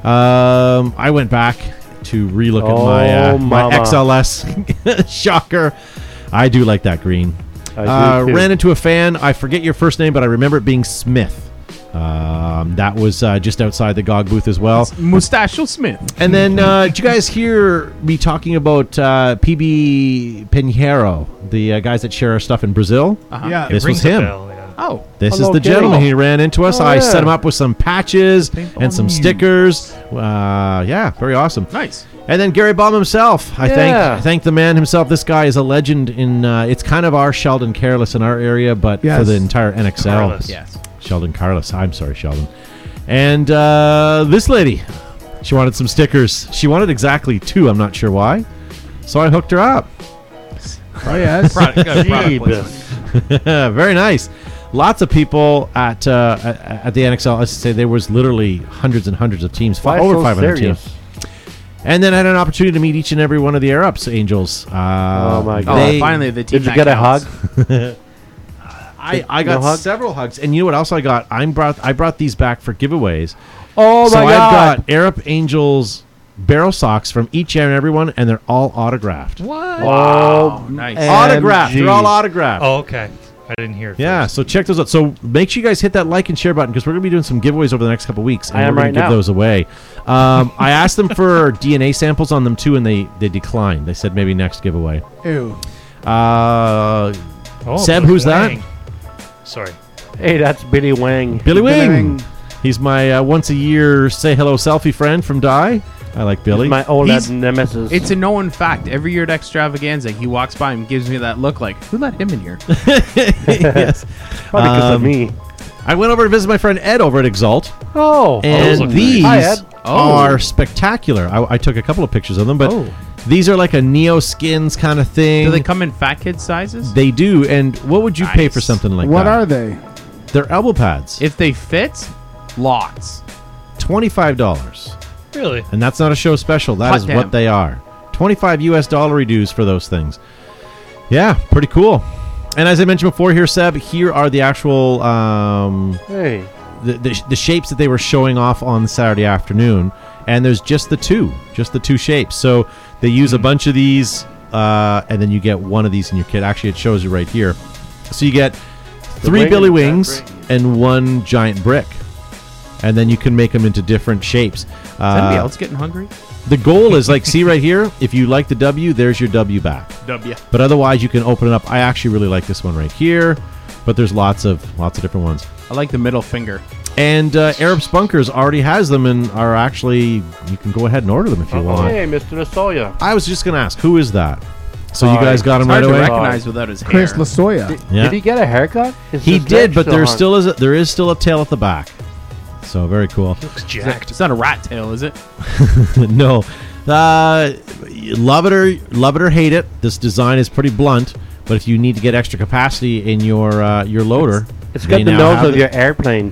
Speaker 1: Um, I went back to relook at my uh,
Speaker 5: Oh,
Speaker 1: my
Speaker 5: mama.
Speaker 1: XLS. Shocker. I do like that green.
Speaker 5: I
Speaker 1: Uh,
Speaker 5: do, too.
Speaker 1: ran into a fan. I forget your first name, but I remember it being Smith. Um, that was uh, just outside the GOG booth as well.
Speaker 3: Mustachio Smith.
Speaker 1: And then, uh, did you guys hear me talking about uh, PB Pinheiro, the uh, guys that share our stuff in Brazil?
Speaker 4: Yeah.
Speaker 1: This was
Speaker 9: Uh, rings a
Speaker 1: him.
Speaker 9: bell, yeah.
Speaker 3: Oh,
Speaker 1: This is
Speaker 5: Hello,
Speaker 1: the
Speaker 5: Gary.
Speaker 1: gentleman. He ran into us.
Speaker 5: Oh,
Speaker 1: I
Speaker 5: yeah.
Speaker 1: set him up with some patches
Speaker 3: Paintball
Speaker 1: and some
Speaker 3: news.
Speaker 1: stickers. Uh, yeah, very awesome.
Speaker 3: nice.
Speaker 1: And then Gary Baum himself. I
Speaker 5: Yeah.
Speaker 1: thank thank the man himself. This guy is a legend in. Uh, it's kind of our Sheldon Careless in our area, but for
Speaker 4: Yes.
Speaker 1: the entire NXL.
Speaker 9: Careless.
Speaker 3: Yes.
Speaker 1: Sheldon Carlos. I'm sorry, Sheldon. And uh, this lady, she wanted some stickers. She wanted exactly two. I'm not sure why. So I hooked her up.
Speaker 4: Oh yes.
Speaker 3: Product, uh, product placement.
Speaker 5: Jeebus.
Speaker 1: Uh, Very nice. Lots of people at uh, at- at the NXL. I should say there was literally hundreds and hundreds of teams,
Speaker 5: Why
Speaker 1: fi- over
Speaker 5: so
Speaker 1: 500
Speaker 5: serious?
Speaker 1: teams. And then I had an opportunity to meet each and every one of the Air Ups Angels. Uh,
Speaker 5: Oh, my
Speaker 3: Oh,
Speaker 5: God.
Speaker 1: they-
Speaker 3: finally the team.
Speaker 5: Did you
Speaker 3: that
Speaker 5: get a hug?
Speaker 3: counts.
Speaker 1: I, I
Speaker 5: No
Speaker 1: got
Speaker 5: hug?
Speaker 1: several hugs, and you know what else I got? I brought I brought these back for giveaways.
Speaker 5: Oh my
Speaker 1: so
Speaker 5: God!
Speaker 1: I've got Arab Angels barrel socks from each and every one, and they're all autographed.
Speaker 3: What?
Speaker 5: Oh,
Speaker 3: nice.
Speaker 5: and-
Speaker 1: Autographed. They're all
Speaker 5: MG.
Speaker 1: autographed.
Speaker 9: Oh, okay. I didn't hear. it
Speaker 1: Yeah,
Speaker 9: first.
Speaker 1: so check those out. So make sure you guys hit that like and share button because we're going to be doing some giveaways over the next couple weeks. And
Speaker 5: I am
Speaker 1: we're gonna
Speaker 5: right
Speaker 1: give
Speaker 5: now.
Speaker 1: those away. Um, I asked them for DNA samples on them too, and they, they declined. They said maybe next giveaway.
Speaker 4: Ew.
Speaker 1: Uh,
Speaker 9: Oh,
Speaker 1: Seb,
Speaker 9: Billy
Speaker 1: who's that?
Speaker 9: Wang. Sorry.
Speaker 5: hey, that's Billy Wang.
Speaker 1: Billy Wing.
Speaker 4: Wing.
Speaker 1: He's my uh, once a year say hello selfie friend from Die. I like Billy.
Speaker 5: My OLED
Speaker 3: He's-
Speaker 5: nemesis.
Speaker 3: It's a known fact. Every year at Extravaganza, he walks by and gives me that look like, who let him in here?
Speaker 1: yes.
Speaker 5: probably because
Speaker 1: um,
Speaker 5: of me.
Speaker 1: I went over to visit my friend Ed over at Exalt,
Speaker 5: Oh,
Speaker 1: and
Speaker 9: look nice.
Speaker 1: these
Speaker 5: Hi, Ed.
Speaker 3: Oh.
Speaker 1: are spectacular. I, I took a couple of pictures of them, but
Speaker 3: Oh.
Speaker 1: these are like a neo skins kind of thing.
Speaker 3: Do they come in fat kid sizes?
Speaker 1: They do, and what would you pay for
Speaker 3: Nice.
Speaker 1: something like uh,
Speaker 4: what
Speaker 1: that?
Speaker 4: are they?
Speaker 1: They're elbow pads.
Speaker 3: if they fit, lots.
Speaker 1: twenty five dollars,
Speaker 9: Really?
Speaker 1: and that's not a show special. That
Speaker 3: Hot
Speaker 1: is
Speaker 3: damn.
Speaker 1: what they are. Twenty five U.S. dollar dues for those things. Yeah, pretty cool. And as I mentioned before, here Seb, here are the actual um,
Speaker 5: Hey,
Speaker 1: the, the, the shapes that they were showing off on Saturday afternoon, and there's just the two, just the two shapes. So they use
Speaker 5: Hmm.
Speaker 1: a bunch of these, uh, and then you get one of these in your kit. Actually, it shows you right here. So you get three
Speaker 5: wing
Speaker 1: Billy
Speaker 5: and
Speaker 1: Wings
Speaker 5: giant brick.
Speaker 1: and one giant brick, and then you can make them into different shapes.
Speaker 3: Is anybody
Speaker 1: Uh,
Speaker 3: else getting hungry?
Speaker 1: the goal is like see right here. If you like the W, there's your W back.
Speaker 3: W.
Speaker 1: But otherwise, you can open it up. I actually really like this one right here, but there's lots of lots of different ones.
Speaker 3: I like the middle finger.
Speaker 1: And uh, Arab Spunkers already has them and are actually, you can go ahead and order them if you want.
Speaker 5: hey, Mr. Lasoya.
Speaker 1: I was just going to ask, who is that? So you
Speaker 5: Sorry.
Speaker 1: guys got him
Speaker 3: It's
Speaker 1: right
Speaker 3: hard to
Speaker 1: away?
Speaker 3: recognize without his hair.
Speaker 4: Chris Lasoya.
Speaker 1: Yeah.
Speaker 5: Did he get a haircut? Is
Speaker 1: He
Speaker 5: his
Speaker 1: did,
Speaker 5: neck
Speaker 1: but there
Speaker 5: on?
Speaker 1: still is a, there is still a tail at the back. So very cool.
Speaker 9: Looks jacked.
Speaker 3: it's not a rat tail, is it?
Speaker 1: no. Uh, love it or love it or hate it. This design is pretty blunt, but if you need to get extra capacity in your uh, your loader,
Speaker 5: It's
Speaker 1: they
Speaker 5: got the
Speaker 1: now have
Speaker 5: nose of
Speaker 1: it.
Speaker 5: your airplane,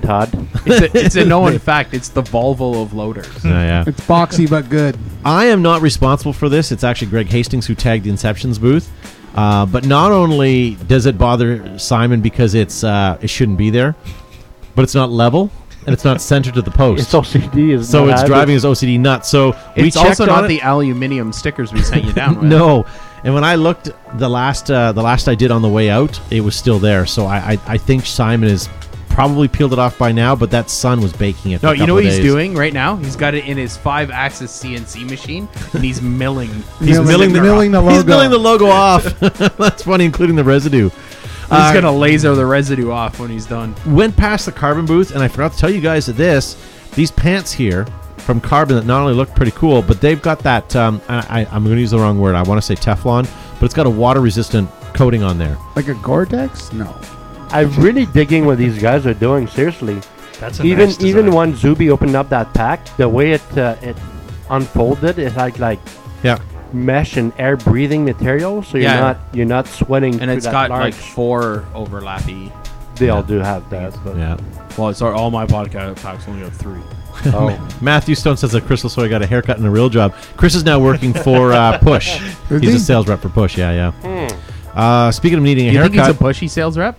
Speaker 5: Todd.
Speaker 3: It's a, it's a known fact. It's the Volvo of loaders.
Speaker 1: Yeah, yeah.
Speaker 4: It's boxy but good.
Speaker 1: I am not responsible for this. It's actually Greg Hastings who tagged the Inceptions booth. Uh, but not only does it bother Simon because it's uh, it shouldn't be there, but it's not level and it's not centered to the
Speaker 5: It's
Speaker 1: post.
Speaker 5: OCD. Is
Speaker 1: so
Speaker 5: not
Speaker 1: it's
Speaker 5: added.
Speaker 1: driving his OCD nuts. So we
Speaker 3: It's also
Speaker 1: checked on
Speaker 3: not
Speaker 1: it.
Speaker 3: the aluminium stickers we sent you down with.
Speaker 1: No. And when I looked the last uh, the last I did on the way out, it was still there. So I I, I think Simon is probably peeled it off by now, but that sun was baking it. for
Speaker 3: No,
Speaker 1: a
Speaker 3: you know
Speaker 1: couple
Speaker 3: what he's
Speaker 1: days.
Speaker 3: doing right now? He's got it in his five axis CNC machine and he's milling.
Speaker 1: He's milling the-
Speaker 4: milling the logo.
Speaker 1: He's milling the logo off. That's funny, including the residue.
Speaker 3: He's going to laser the residue off when he's done.
Speaker 1: went past the carbon booth and i forgot to tell you guys that this these pants here from carbon that not only look pretty cool but they've got that um, I, I, i'm going to use the wrong word i want to say teflon but it's got a water resistant coating on there
Speaker 4: like a Gore-Tex? No.
Speaker 5: I'm really digging what these guys are doing. Seriously,
Speaker 9: That's a
Speaker 5: even
Speaker 9: nice
Speaker 5: even
Speaker 9: design.
Speaker 5: when Zuby opened up that pack, the way it uh, it unfolded, it had like
Speaker 1: yeah
Speaker 5: mesh and air breathing material, so you're
Speaker 3: Yeah.
Speaker 5: not you're not sweating.
Speaker 3: And
Speaker 5: through
Speaker 3: it's
Speaker 5: that
Speaker 3: got
Speaker 5: large.
Speaker 3: like four overlappy
Speaker 5: They all do have that, but
Speaker 1: Yeah.
Speaker 3: Well, it's our, all my podcast talks only have three.
Speaker 5: oh,
Speaker 1: Matthew Stone says that Crystal Sawyer got a haircut and a real job. Chris is now working for uh, Push.
Speaker 4: Is
Speaker 1: He's
Speaker 4: he?
Speaker 1: a sales rep for Push. Yeah, yeah. Uh, speaking of needing a
Speaker 3: You think he's a
Speaker 1: haircut,
Speaker 3: pushy sales rep?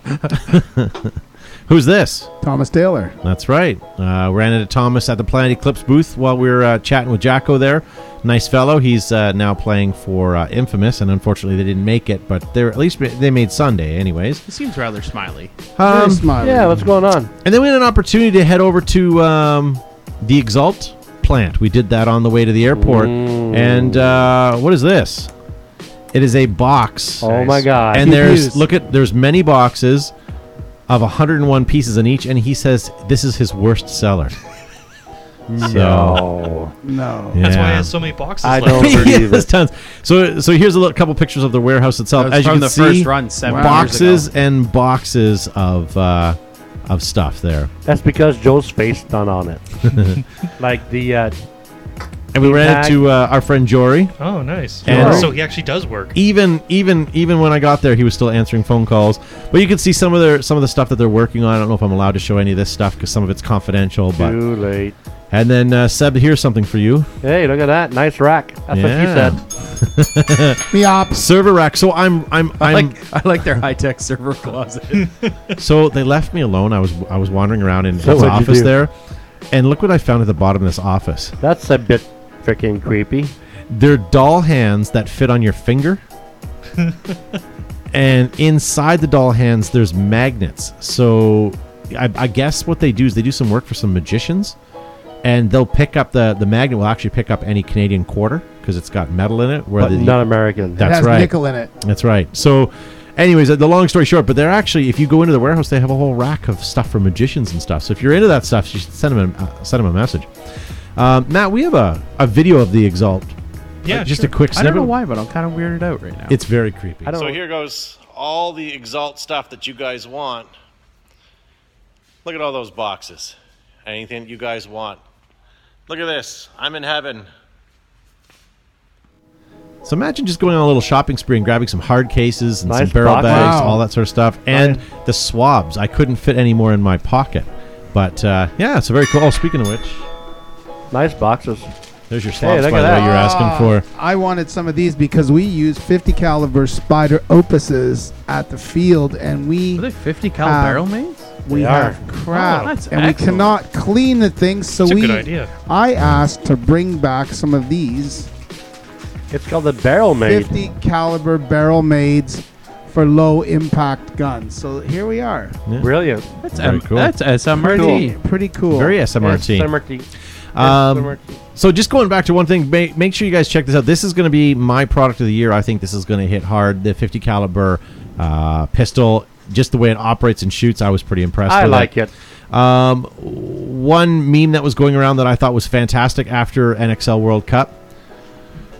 Speaker 1: who's this?
Speaker 4: Thomas Taylor.
Speaker 1: That's right. Uh, ran into Thomas at the Planet Eclipse booth while we were uh, chatting with Jacko there. Nice fellow. He's uh, now playing for uh, Infamous, and unfortunately they didn't make it, but they're at least they made Sunday, anyways.
Speaker 3: he seems rather smiley.
Speaker 4: Very
Speaker 1: Um,
Speaker 4: smiling.
Speaker 5: yeah. What's going on?
Speaker 1: And then we had an opportunity to head over to um, the Exalt plant. We did that on the way to the airport. And uh, what is this? It is a box.
Speaker 5: Oh my god!
Speaker 1: and there's
Speaker 4: Confused.
Speaker 1: look at there's many boxes of 101 pieces in each, and he says this is his worst seller. So
Speaker 5: no,
Speaker 4: no.
Speaker 9: That's why
Speaker 1: yeah.
Speaker 9: he has so many boxes
Speaker 5: I
Speaker 9: left.
Speaker 5: don't
Speaker 9: over.
Speaker 1: He
Speaker 5: believe
Speaker 1: has
Speaker 5: it.
Speaker 1: tons. So so here's a little, couple pictures of the warehouse itself.
Speaker 3: That was
Speaker 1: As you
Speaker 3: from
Speaker 1: can
Speaker 3: the
Speaker 1: see,
Speaker 3: first run seven years
Speaker 1: boxes
Speaker 3: ago.
Speaker 1: and boxes of uh, of stuff there.
Speaker 5: That's because Joe's face done on it, like the uh,
Speaker 1: And we ran
Speaker 5: Tag.
Speaker 1: into uh, our friend Jory.
Speaker 9: Oh, nice.
Speaker 1: And-
Speaker 9: so he actually does work.
Speaker 1: even even even when I got there, he was still answering phone calls. But you can see some of their some of the stuff that they're working on. I don't know if I'm allowed to show any of this stuff because some of it's confidential. But
Speaker 5: too late.
Speaker 1: and then uh, Seb, here's something for you.
Speaker 5: Hey, look at that nice rack. That's
Speaker 1: Yeah.
Speaker 5: what she said.
Speaker 4: Me ops.
Speaker 1: Server rack. So I'm I'm
Speaker 3: I
Speaker 1: I'm.
Speaker 3: like I like their high tech server closet.
Speaker 1: so they left me alone. I was I was wandering around in
Speaker 5: So
Speaker 1: his
Speaker 5: what'd you
Speaker 1: office
Speaker 5: do?
Speaker 1: there, and look what I found at the bottom of this office.
Speaker 5: That's a bit freaking creepy.
Speaker 1: They're doll hands that fit on your finger. and inside the doll hands, there's magnets. So I, I guess what they do is they do some work for some magicians. And they'll pick up the, the magnet will actually pick up any Canadian quarter because it's got metal in it. Where
Speaker 5: But
Speaker 1: the,
Speaker 5: not
Speaker 1: That-
Speaker 5: American.
Speaker 4: it
Speaker 1: that's
Speaker 4: has
Speaker 1: right.
Speaker 4: nickel in it.
Speaker 1: that's right. So, anyways, uh, the long story short, but they're actually if you go into the warehouse, they have a whole rack of stuff for magicians and stuff. So if you're into that stuff, you should send them a, uh, send them a message. Um, Matt, we have a, a video of the Exalt.
Speaker 9: Yeah,
Speaker 1: Uh, just
Speaker 9: sure.
Speaker 1: a quick
Speaker 3: I
Speaker 1: snippet.
Speaker 3: don't know why, but I'm kind of weirded out right now.
Speaker 1: It's very creepy.
Speaker 5: I don't
Speaker 10: So here goes all the Exalt stuff that you guys want. Look at all those boxes. Anything that you guys want. Look at this. I'm in heaven.
Speaker 1: So imagine just going on a little shopping spree and grabbing some hard cases and
Speaker 5: Nice
Speaker 1: some barrel
Speaker 5: box.
Speaker 1: bags,
Speaker 4: Wow.
Speaker 1: all that sort of stuff, and the swabs. I couldn't fit any more in my pocket, but uh, yeah, it's a very cool. Oh, speaking of which,
Speaker 5: nice boxes.
Speaker 1: there's your swabs
Speaker 5: look
Speaker 1: by
Speaker 5: at
Speaker 1: the
Speaker 5: that. Ah.
Speaker 1: way you're asking for.
Speaker 4: I wanted some of these because we use 50 caliber Spider Opuses at the field, and
Speaker 3: Are
Speaker 4: we
Speaker 3: they 50
Speaker 1: Ah.
Speaker 3: cal
Speaker 4: Uh,
Speaker 3: barrel mains?
Speaker 4: we
Speaker 5: are.
Speaker 4: have crap,
Speaker 3: Oh, that's
Speaker 4: and we
Speaker 3: excellent.
Speaker 4: cannot clean the things. So
Speaker 9: It's a
Speaker 4: we,
Speaker 9: good idea.
Speaker 4: I asked to bring back some of these
Speaker 5: It's called the barrel made.
Speaker 4: 50 caliber barrel maids for low impact guns. So here we are.
Speaker 5: Brilliant.
Speaker 3: That's,
Speaker 1: Very
Speaker 3: M-
Speaker 1: cool.
Speaker 3: that's SMRT.
Speaker 4: Pretty, pretty cool.
Speaker 1: Very
Speaker 5: Yes,
Speaker 1: SMRT.
Speaker 5: SMRT.
Speaker 1: Um, so just going back to one thing, make, make sure you guys check this out. This is going to be my product of the year. I think this is going to hit hard. The 50 caliber uh, pistol, just the way it operates and shoots, I was pretty impressed.
Speaker 5: I
Speaker 1: with
Speaker 5: like it.
Speaker 1: Um, one meme that was going around that I thought was fantastic after NXL World Cup.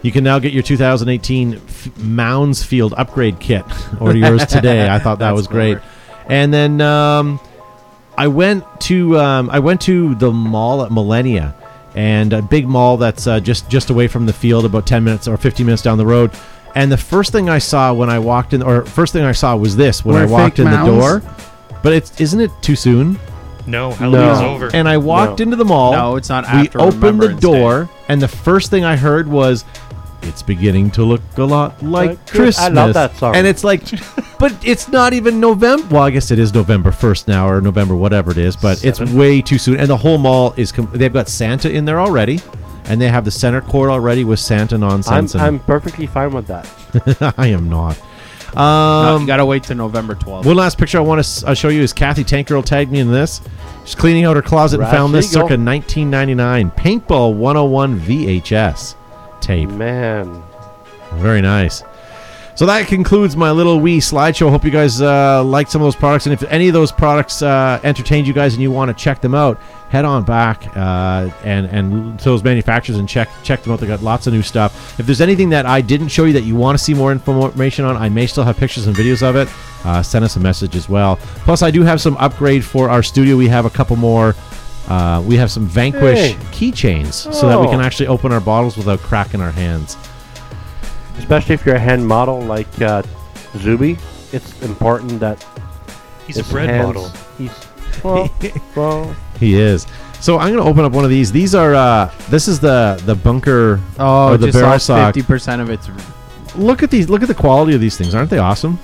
Speaker 1: You can now get your 2018 F- Mounds Field upgrade kit. Order yours today. I thought that
Speaker 3: That's
Speaker 1: was great.
Speaker 3: clever.
Speaker 1: And then um, I went to um, I went to the mall at Millennia, and a big mall that's uh, just just away from the field, about 10 minutes or 15 minutes down the road. And the first thing I saw when I walked in, or first thing I saw was this when
Speaker 4: Were
Speaker 1: I
Speaker 4: fake
Speaker 1: walked in
Speaker 4: mounds?
Speaker 1: the door. But it's isn't it too soon?
Speaker 9: No, Halloween's
Speaker 5: No.
Speaker 9: over.
Speaker 1: And I walked
Speaker 5: No.
Speaker 1: into the mall.
Speaker 3: No, it's not
Speaker 1: We
Speaker 3: after
Speaker 1: opened the
Speaker 3: Remembrance
Speaker 1: door, and the first thing I heard was, "It's beginning to look a lot like
Speaker 5: Like Chris-
Speaker 1: Christmas."
Speaker 5: I love that song.
Speaker 1: And it's like, but it's not even November. Well, I guess it is November first now, or November whatever it is. But it's way too soon. And the whole mall is. Com- they've got Santa in there already, and they have the center court already with Santa
Speaker 5: I'm,
Speaker 1: nonsense.
Speaker 5: I'm perfectly fine with that.
Speaker 1: and I am not.
Speaker 3: No,
Speaker 1: Um,
Speaker 3: you gotta wait till November 12th.
Speaker 1: one last picture I want to uh, show you is Kathy Tankerl tagged me in this. She's cleaning out her closet and
Speaker 5: Right,
Speaker 1: found this
Speaker 5: there you go.
Speaker 1: circa 1999 Paintball 101 VHS tape.
Speaker 5: Man,
Speaker 1: Very nice. So that concludes my little wee slideshow. Hope you guys uh, liked some of those products, and if any of those products uh, entertained you guys and you want to check them out, head on back uh, and and to those manufacturers and check check them out. They got lots of new stuff. If there's anything that I didn't show you that you want to see more information on, I may still have pictures and videos of it. Uh, send us a message as well. Plus, I do have some upgrade for our studio. We have a couple more. Uh, we have some Vanquish
Speaker 5: Hey.
Speaker 1: keychains so that we
Speaker 5: Oh.
Speaker 1: can actually open our bottles without cracking our hands.
Speaker 5: especially if you're a hand model like uh, Zuby, it's important that
Speaker 9: He's a bread model.
Speaker 5: He's
Speaker 1: He is. So I'm going to open up one of these. These are. Uh, this is the the bunker
Speaker 3: Oh,
Speaker 1: or the
Speaker 3: just
Speaker 1: barrel
Speaker 3: lost
Speaker 1: sock.
Speaker 3: fifty percent of its
Speaker 1: Look at these. Look at the quality of these things. Aren't they awesome?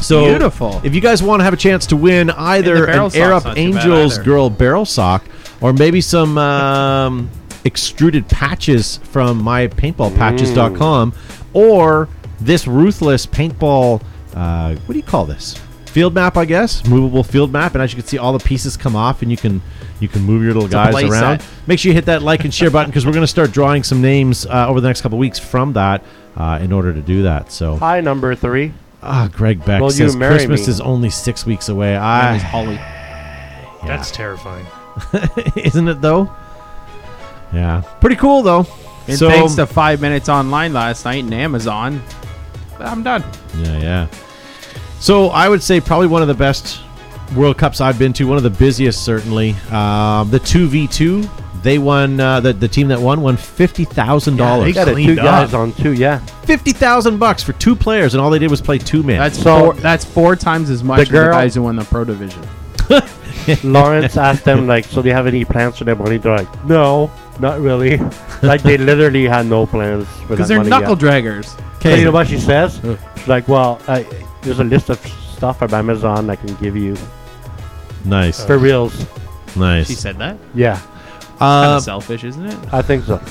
Speaker 1: So
Speaker 3: Beautiful.
Speaker 1: If you guys want to have a chance to win either
Speaker 3: And the barrel
Speaker 1: an Air Up
Speaker 3: sock's not too bad
Speaker 1: Angels
Speaker 3: either.
Speaker 1: Girl barrel sock or maybe some um, extruded patches from mypaintballpatches.com or this ruthless paintball. Uh, what do you call this? Field map, I guess. Movable field map, and as you can see, all the pieces come off, and you can you can move your little
Speaker 3: a
Speaker 1: guys
Speaker 3: play
Speaker 1: around.
Speaker 3: set.
Speaker 1: Make sure you hit that like and share button because we're going to start drawing some names uh, over the next couple weeks from that uh, in order to do that. So,
Speaker 5: Hi, number three.
Speaker 1: ah, Greg Beck
Speaker 5: Will you
Speaker 1: says
Speaker 5: marry
Speaker 1: Christmas
Speaker 5: me?
Speaker 1: is only six weeks away. Ah,
Speaker 3: and it's
Speaker 1: I
Speaker 3: Holly.
Speaker 9: That's terrifying.
Speaker 1: isn't it though? Yeah, pretty cool though.
Speaker 3: And
Speaker 1: so
Speaker 3: thanks to five minutes online last night and Amazon, I'm done.
Speaker 1: yeah, yeah. So I would say probably one of the best World Cups I've been to. One of the busiest, certainly. Um, the two v two. They won. Uh, the the team that won won fifty thousand dollars.
Speaker 9: Yeah,
Speaker 5: Got it, two
Speaker 9: Cleaned up.
Speaker 5: guys on two, yeah.
Speaker 1: fifty thousand bucks for two players, and all they did was play two men.
Speaker 3: That's
Speaker 5: So-
Speaker 3: four, that's four times as much
Speaker 5: The
Speaker 3: as the
Speaker 5: girl-
Speaker 3: guys who won the pro division.
Speaker 5: Lawrence asked them, like, so do you have any plans for that money? They're like, no, not really. like, they literally had no plans for that
Speaker 3: Because they're
Speaker 5: money
Speaker 3: knuckle
Speaker 5: yet.
Speaker 3: draggers.
Speaker 5: So you know what she says? She's like, well, I, there's a list of stuff from Amazon I can give you
Speaker 1: nice,
Speaker 5: for reals.
Speaker 1: nice.
Speaker 3: She said that.
Speaker 5: Yeah,
Speaker 3: Kind
Speaker 1: Uh,
Speaker 3: of selfish, isn't it?
Speaker 5: I think so.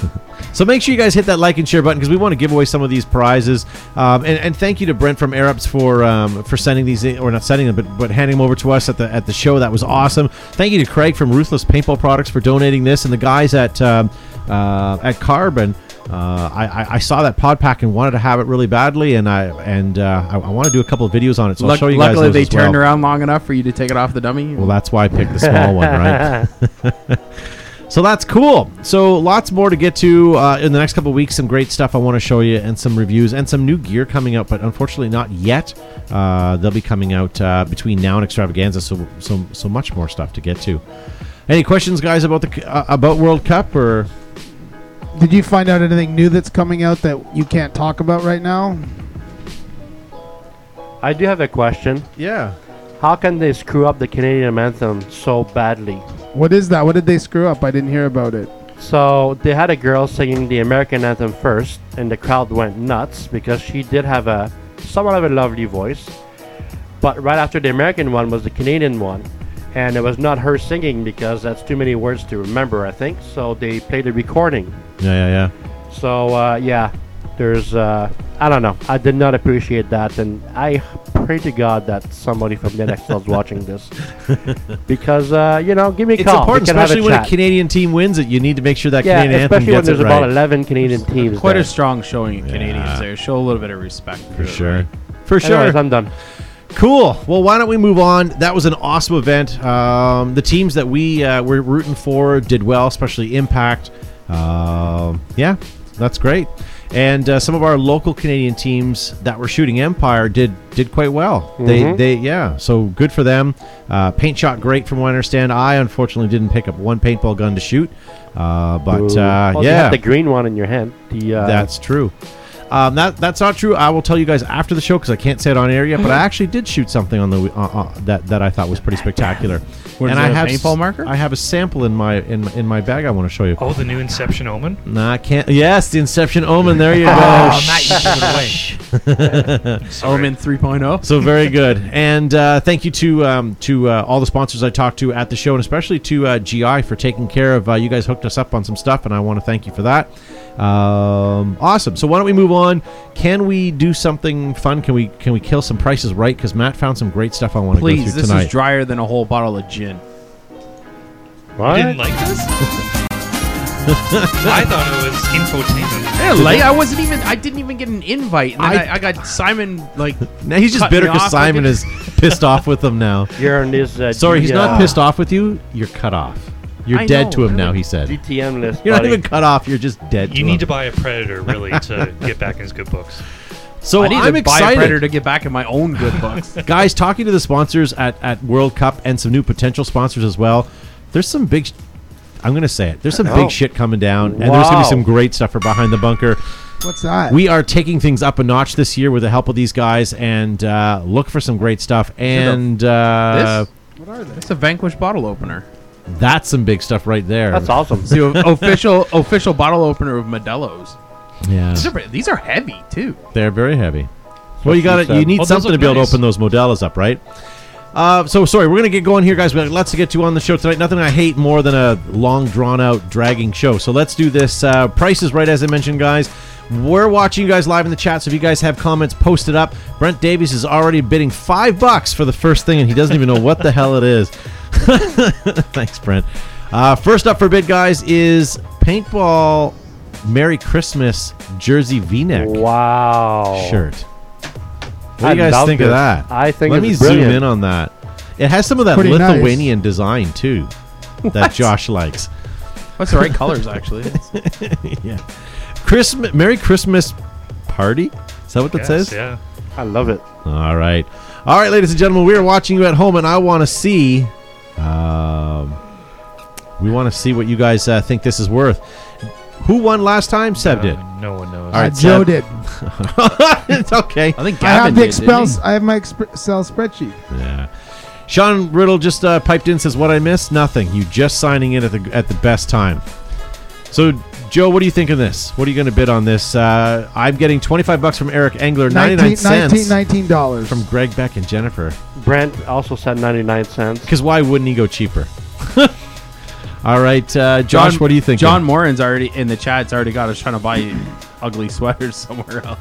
Speaker 1: So make sure you guys hit that like and share button because we want to give away some of these prizes. Um, and, and thank you to Brent from Airups for um, for sending these in, or not sending them, but but handing them over to us at the at the show. That was awesome. Thank you to Craig from Ruthless Paintball Products for donating this, and the guys at um, uh, at Carbon. Uh, I, I- I saw that pod pack and wanted to have it really badly, and I and uh, I, I want to do a couple of videos on it. So I'll
Speaker 3: Luck-
Speaker 1: show you guys.
Speaker 3: luckily,
Speaker 1: those
Speaker 3: they
Speaker 1: as well.
Speaker 3: turned around long enough for you to take it off the dummy.
Speaker 1: Well, that's why I picked the small one, right? so that's cool. So lots more to get to uh, in the next couple of weeks. Some great stuff I want to show you, and some reviews, and some new gear coming out, but unfortunately not yet. Uh, they'll be coming out uh, between now and Extravaganza. So so so much more stuff to get to. Any questions, guys, about the c- uh, about World Cup or?
Speaker 4: Did you find out anything new that's coming out that you can't talk about right now?
Speaker 5: I do have a question.
Speaker 1: Yeah.
Speaker 5: How can they screw up the Canadian anthem so badly?
Speaker 4: What is that? What did they screw up? I didn't hear about it.
Speaker 5: So they had a girl singing the American anthem first, and the crowd went nuts because she did have a somewhat of a lovely voice. But right after the American one was the Canadian one, and it was not her singing because that's too many words to remember, I think. So they played a recording.
Speaker 1: Yeah, yeah,
Speaker 5: So uh, yeah, there's uh, I don't know. I did not appreciate that, and I pray to God that somebody from NXL is watching this because uh, you know, give me a
Speaker 1: It's
Speaker 5: call. We
Speaker 1: important,
Speaker 5: can have
Speaker 1: especially when a
Speaker 5: chat.
Speaker 1: Canadian team wins it. You need to make sure that
Speaker 5: yeah,
Speaker 1: Canadian anthem
Speaker 5: especially when
Speaker 1: gets
Speaker 5: there's
Speaker 1: it
Speaker 5: about
Speaker 1: right.
Speaker 5: 11 Canadian teams.
Speaker 3: Quite
Speaker 5: there.
Speaker 3: a strong showing in
Speaker 1: Yeah.
Speaker 3: Canadians there. Show a little bit of respect.
Speaker 1: For sure. For sure.
Speaker 5: Anyways, I'm done.
Speaker 1: Cool. Well, why don't we move on? That was an awesome event. Um, the teams that we uh, were rooting for did well, especially Impact. Um yeah, that's great. And uh, some of our local Canadian teams that were shooting Empire did did quite well.
Speaker 5: Mm-hmm.
Speaker 1: They they yeah. So good for them. Uh, paint shot great from what I understand. I unfortunately didn't pick up one paintball gun to shoot, uh, but
Speaker 5: Ooh.
Speaker 1: uh,
Speaker 5: Well, you
Speaker 1: yeah,
Speaker 5: have the green one in your hand. The uh,
Speaker 1: that's true. Um, that that's not true. I will tell you guys after the show because I can't say it on air yet. But I actually did shoot something on the uh, uh, that that I thought was pretty spectacular.
Speaker 3: What, is
Speaker 1: I
Speaker 3: it a
Speaker 1: have
Speaker 3: paintball
Speaker 1: s-
Speaker 3: marker?
Speaker 1: I have a sample in my in in my bag. I want to show you.
Speaker 9: Oh, the new Inception omen.
Speaker 1: Nah, I can't. Yes, the Inception Omen. There you go.
Speaker 9: nice.
Speaker 3: Omen oh. 3.0.
Speaker 1: So very good, and uh, thank you to um, to uh, all the sponsors I talked to at the show, and especially to uh, GI for taking care of. Uh, you guys hooked us up on some stuff, and I want to thank you for that. Um, awesome. So why don't we move on? Can we do something fun? Can we can we kill some prices right? Because Matt found some great stuff I want to go
Speaker 3: Please,
Speaker 1: through
Speaker 3: this
Speaker 1: tonight.
Speaker 3: is drier than a whole bottle of gin.
Speaker 9: I
Speaker 5: what?
Speaker 9: didn't like this. I thought it was infotainment.
Speaker 3: Yeah, like I wasn't even. I didn't even get an invite. And then
Speaker 1: I-
Speaker 3: I, I got Simon like.
Speaker 1: now he's just
Speaker 3: Cut me
Speaker 1: bitter because
Speaker 3: off
Speaker 1: Simon
Speaker 3: again.
Speaker 1: is pissed off with them now.
Speaker 5: You're on this. Uh,
Speaker 1: Sorry, he's
Speaker 5: G-
Speaker 1: not
Speaker 5: uh,
Speaker 1: pissed off with you. You're cut off. You're
Speaker 3: I
Speaker 1: dead
Speaker 3: know,
Speaker 1: to him now.
Speaker 3: really.
Speaker 1: He said.
Speaker 5: DTM list.
Speaker 1: You're not
Speaker 5: buddy.
Speaker 1: even cut off. You're just dead. to
Speaker 9: You need
Speaker 1: him.
Speaker 9: to buy a predator really to get back in his good books.
Speaker 1: So
Speaker 3: I need
Speaker 1: am
Speaker 3: to
Speaker 1: excited.
Speaker 3: buy a predator to get back in my own good books.
Speaker 1: guys talking to the sponsors at, at world cup and some new potential sponsors as well there's some big sh- i'm gonna say it there's some big shit coming down and there's gonna be
Speaker 5: Oh. Wow.
Speaker 1: some great stuff for behind the bunker
Speaker 4: What's that?
Speaker 1: We are taking things up a notch this year with the help of these guys, and uh, look for some great stuff. And uh,
Speaker 3: What are they? It's a Vanquish bottle opener.
Speaker 1: that's some big stuff right there.
Speaker 5: That's awesome.
Speaker 3: It's the o- official official bottle opener of Modelo's.
Speaker 1: Yeah,
Speaker 3: These are, these are heavy too.
Speaker 1: they're very heavy. Well, you got it.
Speaker 5: said.
Speaker 1: You need
Speaker 9: Well, "Oh, those
Speaker 1: something to
Speaker 9: look
Speaker 1: be able to
Speaker 9: nice.
Speaker 1: open those modellas up, right? Uh, so sorry, we're gonna get going here, guys. We have lots to get to on the show tonight. Nothing I hate more than a long, drawn-out, dragging show. So let's do this. Uh, Price is right, as I mentioned, guys. We're watching you guys live in the chat, so if you guys have comments, post it up. Brent Davies is already bidding five bucks for the first thing, and he doesn't even know what the hell it is. Thanks, Brent. Uh, first up for bid, guys, is paintball Merry Christmas jersey V-neck
Speaker 5: Wow.
Speaker 1: shirt. What
Speaker 5: I
Speaker 1: do you guys
Speaker 5: love
Speaker 1: think of
Speaker 5: this.
Speaker 1: that?
Speaker 5: I think
Speaker 1: Let
Speaker 5: it's
Speaker 1: me
Speaker 5: brilliant.
Speaker 1: zoom in on that. It has some of that
Speaker 4: Pretty nice.
Speaker 1: Lithuanian design too, that Josh likes.
Speaker 3: That's the right colors actually. It's-
Speaker 1: yeah, Christmas, Merry Christmas party. Is that what that says?
Speaker 9: Yeah.
Speaker 5: I love it.
Speaker 1: All right, all right, ladies and gentlemen, we are watching you at home, and I want to see, um, we want to see what you guys uh, think this is worth. Who won last time? Seb did.
Speaker 9: Uh, No one knows.
Speaker 1: All right,
Speaker 4: Uh, Joe
Speaker 1: Seb.
Speaker 4: did.
Speaker 1: it's okay.
Speaker 3: I think Gavin
Speaker 4: I have the
Speaker 3: did, didn't
Speaker 4: Excel. I have my Excel spreadsheet.
Speaker 1: Yeah. Sean Riddle just uh, piped in says, "What I missed? Nothing. You just signing in at the at the best time." So, Joe, what do you think of this? What are you going to bid on this? Uh, I'm getting 25 bucks from Eric Engler, 99 cents
Speaker 4: dollars.
Speaker 1: from Greg Beck and Jennifer.
Speaker 5: Brent also said 99 cents.
Speaker 1: Because why wouldn't he go cheaper? All right, uh, Josh, what do you think?
Speaker 3: John Morin's already in the chat's already got us trying to buy ugly sweaters somewhere else.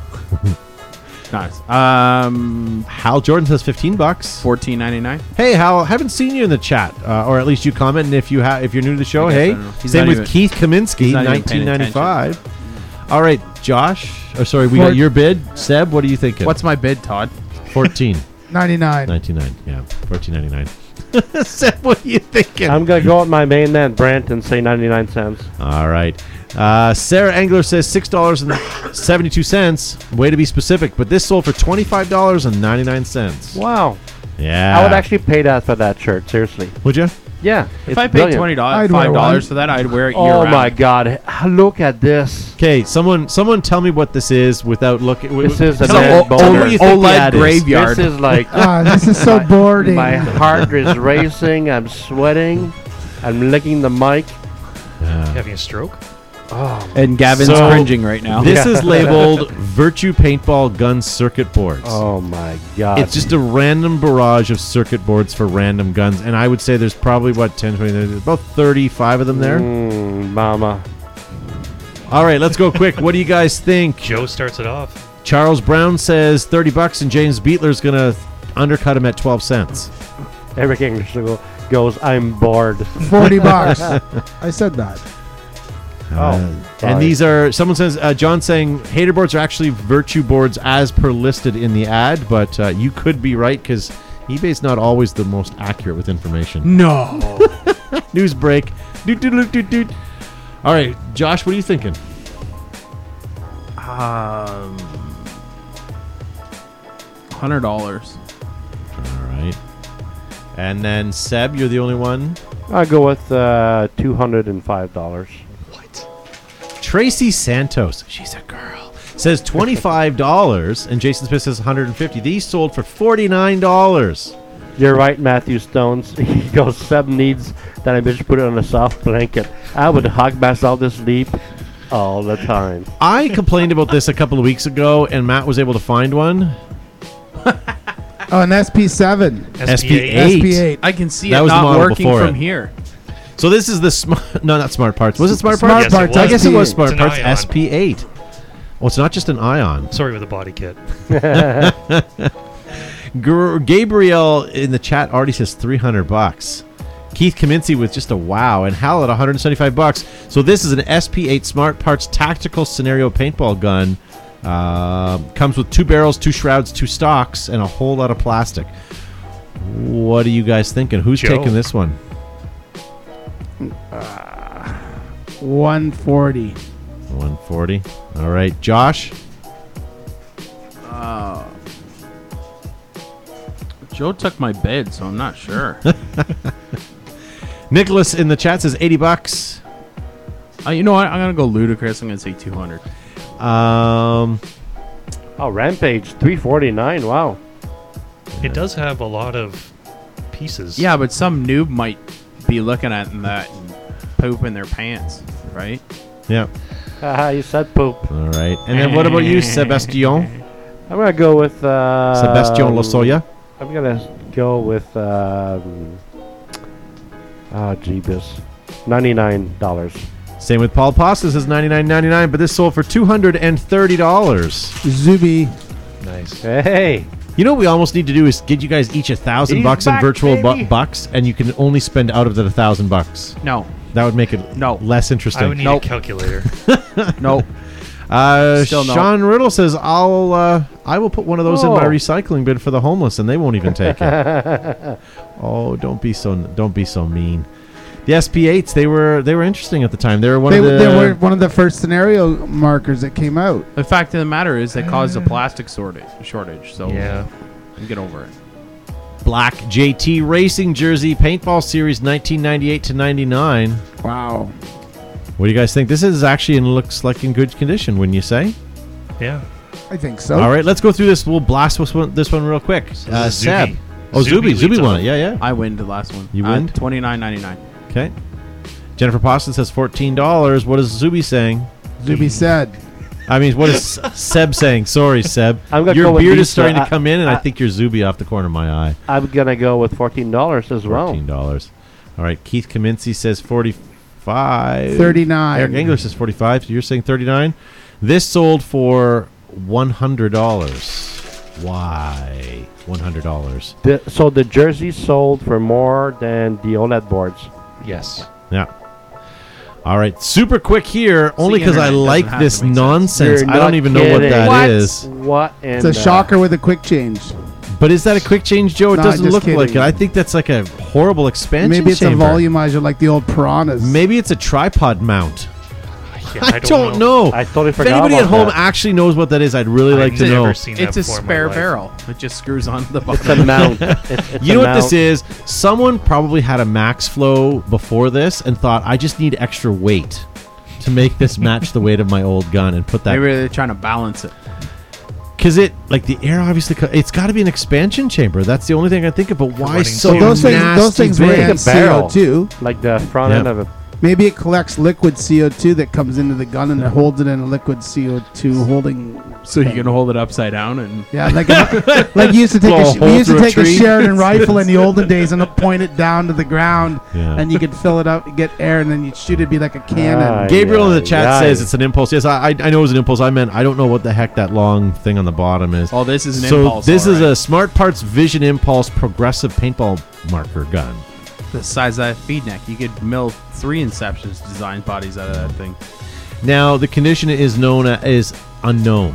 Speaker 3: nice. Um,
Speaker 1: Hal Jordan says 15 bucks.
Speaker 3: fourteen ninety nine.
Speaker 1: Hey, Hal, haven't seen you in the chat, uh, or at least you comment. And if you ha- if you're new to the show,
Speaker 3: I guess I
Speaker 1: hey,
Speaker 3: don't know. He's
Speaker 1: same
Speaker 3: not
Speaker 1: with
Speaker 3: even-
Speaker 1: Keith Kaminsky,
Speaker 3: he's not even paying
Speaker 1: 1995. All right, Josh. Oh, sorry, we got
Speaker 4: Four-
Speaker 1: your bid. Seb, what are you thinking?
Speaker 3: What's my bid, Todd?
Speaker 1: 14?
Speaker 4: 99.
Speaker 1: 99. Yeah, 14.99. Seb, what are you thinking?
Speaker 5: I'm going to go with my main man, Brent, and say 99 cents.
Speaker 1: All right. Uh, Sarah Angler says six dollars and seventy-two cents. Way to be specific, but this sold for twenty-five dollars and ninety-nine cents.
Speaker 5: Wow.
Speaker 1: Yeah,
Speaker 5: I would actually pay that for that shirt, seriously.
Speaker 1: Would you?
Speaker 5: Yeah.
Speaker 3: If I paid twenty dollars,
Speaker 4: I'd wear
Speaker 3: five dollars
Speaker 4: one.
Speaker 3: for that, I'd wear it. Year
Speaker 5: Oh
Speaker 3: round.
Speaker 5: my God. h- Look at this.
Speaker 1: Okay, someone, someone, tell me what this is without looking. w-
Speaker 5: This is a
Speaker 1: tell me-
Speaker 5: man
Speaker 1: tell me
Speaker 5: boner. E
Speaker 1: what you think
Speaker 3: OLED
Speaker 1: the ad is.
Speaker 3: gravy- Yard.
Speaker 5: This is like
Speaker 4: Ah, this is so boring.
Speaker 5: my heart is racing. I'm sweating. I'm licking the mic. Oh,
Speaker 9: Having a stroke?
Speaker 3: And Gavin's
Speaker 1: So-
Speaker 3: cringing right now.
Speaker 1: This is labeled Virtue Paintball Gun Circuit Boards.
Speaker 5: Oh my God.
Speaker 1: It's just a random barrage of circuit boards for random guns, and I would say there's probably what 10, 20, there's about 35 of them there.
Speaker 5: Mm, mama.
Speaker 1: All right, let's go quick. what do you guys think?
Speaker 9: Joe starts it off.
Speaker 1: Charles Brown says 30 bucks, and James Beatler's gonna undercut him at 12 cents.
Speaker 5: Eric English go- goes, I'm bored.
Speaker 4: 40 bucks. I said that.
Speaker 1: and
Speaker 5: sorry.
Speaker 1: these are someone says uh, John saying hater boards are actually virtue boards as per listed in the ad, but uh, you could be right because eBay's not always the most accurate with information.
Speaker 4: No.
Speaker 1: News break. Doot, doot, doot, doot, doot. All right, Josh, what are you thinking?
Speaker 3: Um, hundred dollars.
Speaker 1: All right. And then Seb, you're the only one.
Speaker 5: I'll go with uh, $205.
Speaker 1: Tracy Santos, she's a girl, says twenty-five dollars, and Jason Smith says one hundred and fifty. These sold for forty-nine dollars.
Speaker 5: You're right, Matthew Stones. He goes, Seb needs that I bitch put it on a soft blanket. I would hug myself to sleep all the time.
Speaker 1: I complained about this a couple of weeks ago, and Matt was able to find one.
Speaker 4: Oh, an SP7.
Speaker 1: SP8.
Speaker 4: SP8.
Speaker 3: I can see
Speaker 1: That
Speaker 3: it
Speaker 1: was the
Speaker 3: not
Speaker 1: model
Speaker 3: working
Speaker 1: before
Speaker 3: from
Speaker 1: it.
Speaker 3: here.
Speaker 1: So this is the smart. No, not smart parts. Was it smart parts?
Speaker 4: Smart
Speaker 9: Yes, it
Speaker 4: parts.
Speaker 9: was.
Speaker 1: I guess it was
Speaker 4: SP8.
Speaker 1: smart
Speaker 9: It's an
Speaker 1: parts.
Speaker 9: ion.
Speaker 1: SP8. Well, it's not just an ion.
Speaker 9: Sorry with a body kit.
Speaker 1: Gr- Gabriel in the chat already says 300 bucks. Keith Kaminsky with just a wow, and Hal at 175 bucks. So this is an SP8 Smart Parts tactical scenario paintball gun. Uh, comes with two barrels, two shrouds, two stocks, and a whole lot of plastic. What are you guys thinking? Who's
Speaker 9: Joe.
Speaker 1: taking this one?
Speaker 4: 140.
Speaker 1: 140. All right, Josh.
Speaker 3: Joe took my bid, so I'm not sure.
Speaker 1: Nicholas in the chat says 80 bucks.
Speaker 3: uh, you know what? I'm gonna go ludicrous. I'm gonna say two hundred.
Speaker 1: Um,
Speaker 5: oh, Rampage 349. Wow.
Speaker 9: It does have a lot of pieces.
Speaker 3: Yeah, but some noob might be looking at that and poop in their pants, right?
Speaker 1: yeah.
Speaker 5: Haha, you said poop.
Speaker 1: All right. And then what about you, Sebastian?
Speaker 5: I'm gonna go with uh,
Speaker 1: Sebastian Lozoya?
Speaker 5: I'm gonna go with um, oh jeebus, ninety nine dollars.
Speaker 1: Same with Paul Pasta's is ninety nine ninety nine, but this sold for two hundred and thirty dollars.
Speaker 4: Zuby.
Speaker 1: Nice.
Speaker 5: Hey,
Speaker 1: You know what we almost need to do is get you guys each a thousand
Speaker 3: He's
Speaker 1: bucks in
Speaker 3: back,
Speaker 1: virtual bu-
Speaker 3: baby.
Speaker 1: bucks, and you can only spend out of the thousand bucks.
Speaker 3: No,
Speaker 1: That would make it
Speaker 3: No.
Speaker 1: less
Speaker 9: I would
Speaker 1: interesting.
Speaker 9: need
Speaker 3: Nope.
Speaker 9: a calculator.
Speaker 3: no.
Speaker 1: Uh,
Speaker 3: Still no.
Speaker 1: Sean Riddle says, "I'll uh, I will put one of those in my
Speaker 5: Oh.
Speaker 1: recycling bin for the homeless, and they won't even take it." oh, don't be so don't be so mean. The SP8s they were they were interesting at the time. They were one
Speaker 4: They,
Speaker 1: of the
Speaker 4: they were one of the first scenario markers that came out.
Speaker 3: The fact of the matter is, they caused a plastic shortage. Shortage. So
Speaker 9: yeah.
Speaker 3: get over it.
Speaker 1: black JT racing jersey paintball series 1998 to 99.
Speaker 4: Wow.
Speaker 1: What do you guys think? This is actually and looks like in good condition, wouldn't you say?
Speaker 9: Yeah.
Speaker 4: I think so.
Speaker 1: All right, let's go through this. We'll blast this one, this one real quick. Uh,
Speaker 9: is Zuby.
Speaker 1: Seb. Oh,
Speaker 9: Zuby
Speaker 1: Zuby.
Speaker 9: leads
Speaker 1: Zuby
Speaker 9: off.
Speaker 1: won it. Yeah, yeah.
Speaker 3: I win the last one. Uh,
Speaker 1: You win?
Speaker 3: Twenty nine ninety nine.
Speaker 1: Okay. Jennifer Poston says $14. What is Zuby saying?
Speaker 4: Zuby said.
Speaker 1: I mean, what is Seb saying? Sorry, Seb.
Speaker 5: I'm gonna
Speaker 1: your
Speaker 5: go with
Speaker 1: beard is
Speaker 5: Lisa.
Speaker 1: starting to
Speaker 5: I-
Speaker 1: come in, and I,
Speaker 5: I-
Speaker 1: think you're Zuby off the corner of my eye.
Speaker 5: I'm gonna go with fourteen dollars as well.
Speaker 1: $14. All right, Keith Kaminsky says 45
Speaker 4: 39.
Speaker 1: Eric English says 45 so you're saying 39 This sold for $100. Why? $100.
Speaker 5: The, so the jersey sold for more than the OLED boards.
Speaker 9: Yes.
Speaker 1: Yeah. All right, super quick here, only because I
Speaker 3: internet
Speaker 1: like
Speaker 3: doesn't have
Speaker 1: this
Speaker 3: to make sense.
Speaker 1: nonsense.
Speaker 5: You're
Speaker 1: I don't
Speaker 5: not
Speaker 1: even know what
Speaker 5: kidding.
Speaker 1: that
Speaker 5: What?
Speaker 1: is.
Speaker 5: What? In
Speaker 4: It's a
Speaker 5: the-
Speaker 4: shocker with a quick change.
Speaker 1: But is that a quick change, Joe? It
Speaker 4: No,
Speaker 1: doesn't
Speaker 4: just
Speaker 1: look like it.
Speaker 4: kidding.
Speaker 1: I think that's like a horrible expansion.
Speaker 4: Maybe it's
Speaker 1: chamber.
Speaker 4: a volumizer like the old piranhas.
Speaker 1: Maybe it's a tripod mount.
Speaker 9: Yeah,
Speaker 1: I, don't know.
Speaker 5: I totally
Speaker 1: if
Speaker 5: forgot
Speaker 1: anybody
Speaker 5: about
Speaker 1: at home
Speaker 5: that.
Speaker 1: actually knows what that is, I'd really like
Speaker 9: I've
Speaker 1: to
Speaker 9: never
Speaker 1: know.
Speaker 9: seen that
Speaker 3: It's a
Speaker 9: before in my
Speaker 3: spare
Speaker 9: life.
Speaker 3: barrel. It just screws on the
Speaker 5: It's a
Speaker 3: bottom.
Speaker 5: mount. It's, it's
Speaker 1: You
Speaker 5: a
Speaker 1: know what this
Speaker 5: mount.
Speaker 1: is? Someone probably had a max flow before this and thought, I just need extra weight to make this match the weight of my old gun and put
Speaker 3: Maybe
Speaker 1: that
Speaker 3: they're trying to balance it.
Speaker 1: because it like the air obviously co- it's got to be an expansion chamber. That's the only thing I think of. But why
Speaker 9: running
Speaker 1: so
Speaker 4: so those things, those
Speaker 1: nasty
Speaker 4: things were
Speaker 1: big?
Speaker 5: Like a
Speaker 4: in
Speaker 5: barrel.
Speaker 4: CO2.
Speaker 5: Like the front
Speaker 1: Yeah.
Speaker 5: end of it.
Speaker 4: Maybe it collects liquid CO2 that comes into the gun and it holds it in a liquid CO2 holding.
Speaker 3: So you can hold it upside down and
Speaker 4: Yeah, like a, like you used to take
Speaker 1: Blow a
Speaker 4: a, sh-
Speaker 1: hole
Speaker 4: we used
Speaker 1: through
Speaker 4: to
Speaker 1: a
Speaker 4: take a
Speaker 1: tree.
Speaker 4: Sheridan rifle in the olden days and point it down to the ground,
Speaker 1: Yeah.
Speaker 4: and you could fill it up, get air, and then you'd shoot it, be like a cannon.
Speaker 5: Ah,
Speaker 1: Gabriel in
Speaker 5: yeah,
Speaker 1: the chat
Speaker 5: yeah.
Speaker 1: says it's an impulse. Yes, I, I I know it was an impulse. I meant I don't know what the heck that long thing on the bottom is.
Speaker 3: oh, this is an
Speaker 1: so
Speaker 3: impulse.
Speaker 1: this
Speaker 3: all
Speaker 1: is
Speaker 3: right.
Speaker 1: a Smart Parts Vision Impulse Progressive Paintball Marker gun.
Speaker 3: the size of that feed neck. You could mill three Inceptions design bodies out of that thing.
Speaker 1: Now the condition is known a- is unknown.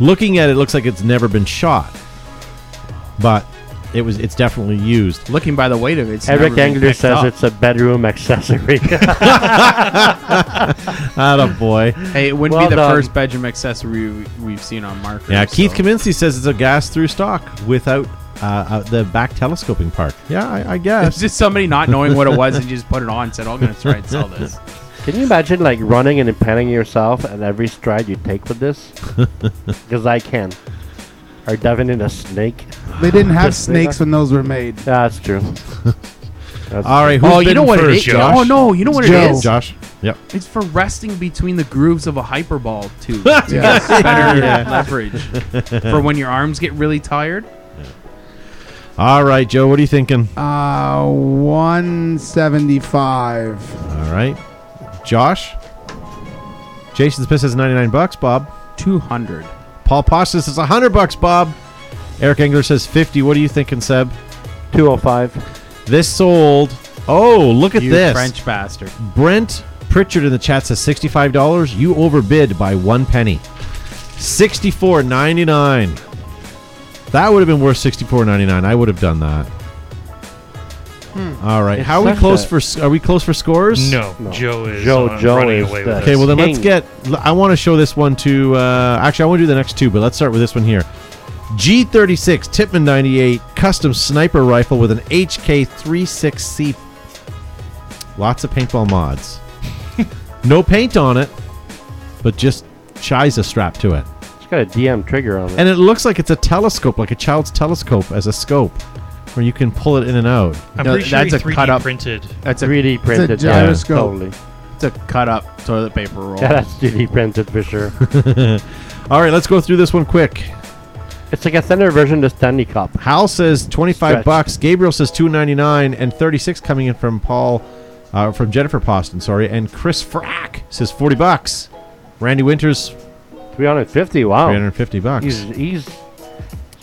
Speaker 1: Looking at it, it looks like it's never been shot, but it was it's definitely used.
Speaker 3: Looking by the weight of it, it's never
Speaker 5: Eric
Speaker 3: been
Speaker 5: Engler
Speaker 3: picked
Speaker 5: says
Speaker 3: up.
Speaker 5: it's a bedroom accessory.
Speaker 1: Atta boy.
Speaker 3: Hey, it wouldn't
Speaker 5: Well
Speaker 3: be the
Speaker 5: done.
Speaker 3: first bedroom accessory we, we've seen on markers.
Speaker 1: Yeah, Keith
Speaker 3: so-
Speaker 1: Kaminsky says it's a gas through stock without uh, uh, the back telescoping part. Yeah, I, I
Speaker 3: It's
Speaker 1: guess.
Speaker 3: just somebody not knowing what it was and just put it on and said, "Oh, I'm going to try and sell this.
Speaker 5: Can you imagine like running and impaling yourself at every stride you take with this? Because I can. Or diving in a snake.
Speaker 4: They didn't have
Speaker 5: Just leave
Speaker 4: snakes when those were made.
Speaker 5: That's true. That's
Speaker 1: All right. Who's
Speaker 3: oh, you know
Speaker 1: bidding
Speaker 3: what it
Speaker 1: first,
Speaker 3: is?
Speaker 1: Josh?
Speaker 3: Oh, no. You know what
Speaker 4: Joe.
Speaker 3: it is?
Speaker 1: Josh. Yep.
Speaker 3: It's for resting between the grooves of a hyperball tube. to get better leverage. For when your arms get really tired.
Speaker 1: All right, Joe. What are you thinking?
Speaker 4: Uh, 175.
Speaker 1: All right, Josh. Jason Smith says ninety nine bucks. Bob.
Speaker 3: 200.
Speaker 1: Paul Pasta says hundred bucks. Bob. Eric Engler says fifty. What are you thinking, Seb?
Speaker 5: 205.
Speaker 1: This sold. Oh, look at
Speaker 3: You
Speaker 1: this.
Speaker 3: French bastard.
Speaker 1: Brent Pritchard in the chat says sixty-five dollars. You overbid by one penny. Sixty-four ninety-nine. That would have been worth sixty-four ninety-nine. I would have done that. All right.
Speaker 5: Hmm. It
Speaker 1: How are we
Speaker 5: sucks
Speaker 1: close
Speaker 5: that-
Speaker 1: for? s- Are we close for scores?
Speaker 9: No,
Speaker 5: No.
Speaker 9: Joe is
Speaker 5: Joe-
Speaker 9: on
Speaker 5: Joe
Speaker 9: running
Speaker 5: is
Speaker 9: away
Speaker 5: the-
Speaker 9: with
Speaker 1: Okay.
Speaker 9: us.
Speaker 1: Well, then let's
Speaker 5: King.
Speaker 1: get. l- I want to show this one to. Uh, actually, I want to do the next two, but let's start with this one here. G36 Tipman 98 custom sniper rifle with an HK36C. Lots of paintball mods. no paint on it, but just Shiza strapped to it.
Speaker 5: It's got a DM trigger on it.
Speaker 1: And it looks like it's a telescope, like a child's telescope as a scope, where you can pull it in and out.
Speaker 9: I'm pretty sure he 3D printed.
Speaker 3: That's a
Speaker 5: 3D printed. yeah,
Speaker 4: gyroscope.
Speaker 5: totally.
Speaker 3: It's a cut up toilet paper roll.
Speaker 5: Yeah, that's 3D printed for sure.
Speaker 1: All right, let's go through this one quick.
Speaker 5: it's like a thinner version of Stanley Cup.
Speaker 1: Hal says 25
Speaker 5: Stretch.
Speaker 1: bucks. Gabriel says 2.99 and 36 coming in from Paul uh, from Jennifer Poston, sorry, and Chris Frack says 40 bucks. Randy Winters
Speaker 5: 350. Wow.
Speaker 1: 350 bucks.
Speaker 5: Oh. He's he's.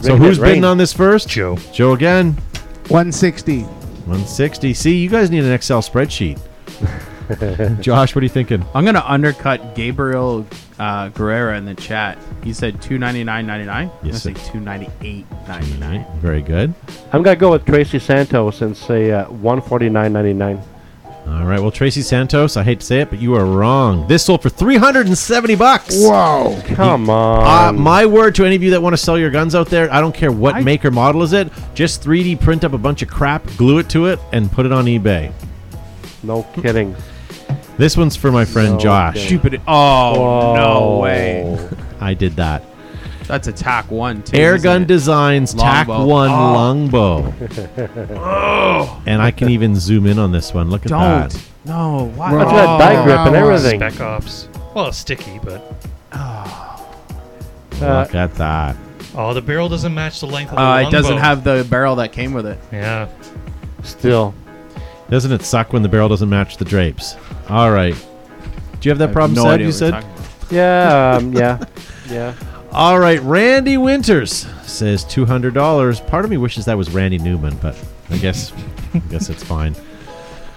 Speaker 1: so who's bidding on this first?
Speaker 9: Joe.
Speaker 1: Joe again.
Speaker 4: 160.
Speaker 1: 160. See, you guys need an Excel spreadsheet. Josh, what are you thinking?
Speaker 3: I'm gonna undercut Gabriel uh, Guerrera in the chat. He said two ninety nine ninety nine.
Speaker 1: Yes, sir.
Speaker 3: I'm gonna say two ninety eight ninety nine.
Speaker 1: Very good.
Speaker 5: I'm gonna go with Tracy Santos and say uh, 149.99.
Speaker 1: All right. Well, Tracy Santos, I hate to say it, but you are wrong. This sold for 370 bucks.
Speaker 4: Whoa.
Speaker 5: Come
Speaker 1: Uh,
Speaker 5: on.
Speaker 1: my word to any of you that want to sell your guns out there, I don't care what
Speaker 3: Um, I-
Speaker 1: make or model is it, just 3D print up a bunch of crap, glue it to it, and put it on eBay.
Speaker 5: no kidding.
Speaker 1: This one's for my friend
Speaker 5: No
Speaker 1: Josh.
Speaker 5: kidding.
Speaker 3: Stupid. Oh no way.
Speaker 1: I did that.
Speaker 3: That's attack one too.
Speaker 1: Air
Speaker 3: isn't
Speaker 1: Gun
Speaker 3: it?
Speaker 1: Designs Tac
Speaker 3: Longbow.
Speaker 1: 1
Speaker 3: Oh.
Speaker 1: Longbow. and I can even zoom in on this one. Look at
Speaker 3: Don't.
Speaker 1: that.
Speaker 3: No. Why? Oh. Uh,
Speaker 4: That's
Speaker 5: It's
Speaker 1: Oh,
Speaker 5: got die grip and
Speaker 4: wow.
Speaker 5: everything.
Speaker 9: Spec Ops. Well, it's sticky, but
Speaker 5: Uh,
Speaker 1: Look at that.
Speaker 9: oh, the barrel doesn't match the length of the
Speaker 3: Uh, it doesn't
Speaker 9: longbow.
Speaker 3: have the barrel that came with it.
Speaker 9: Yeah,
Speaker 5: Still.
Speaker 1: Doesn't it suck when the barrel doesn't match the drapes? All right. Do you have that problem
Speaker 3: no
Speaker 1: solved,
Speaker 3: idea
Speaker 1: you
Speaker 3: what you're
Speaker 1: said?
Speaker 3: talking about.
Speaker 5: Yeah. Um, yeah. Yeah.
Speaker 1: All right, Randy Winters says two hundred dollars. Part of me wishes that was Randy Newman, but I guess I guess it's fine.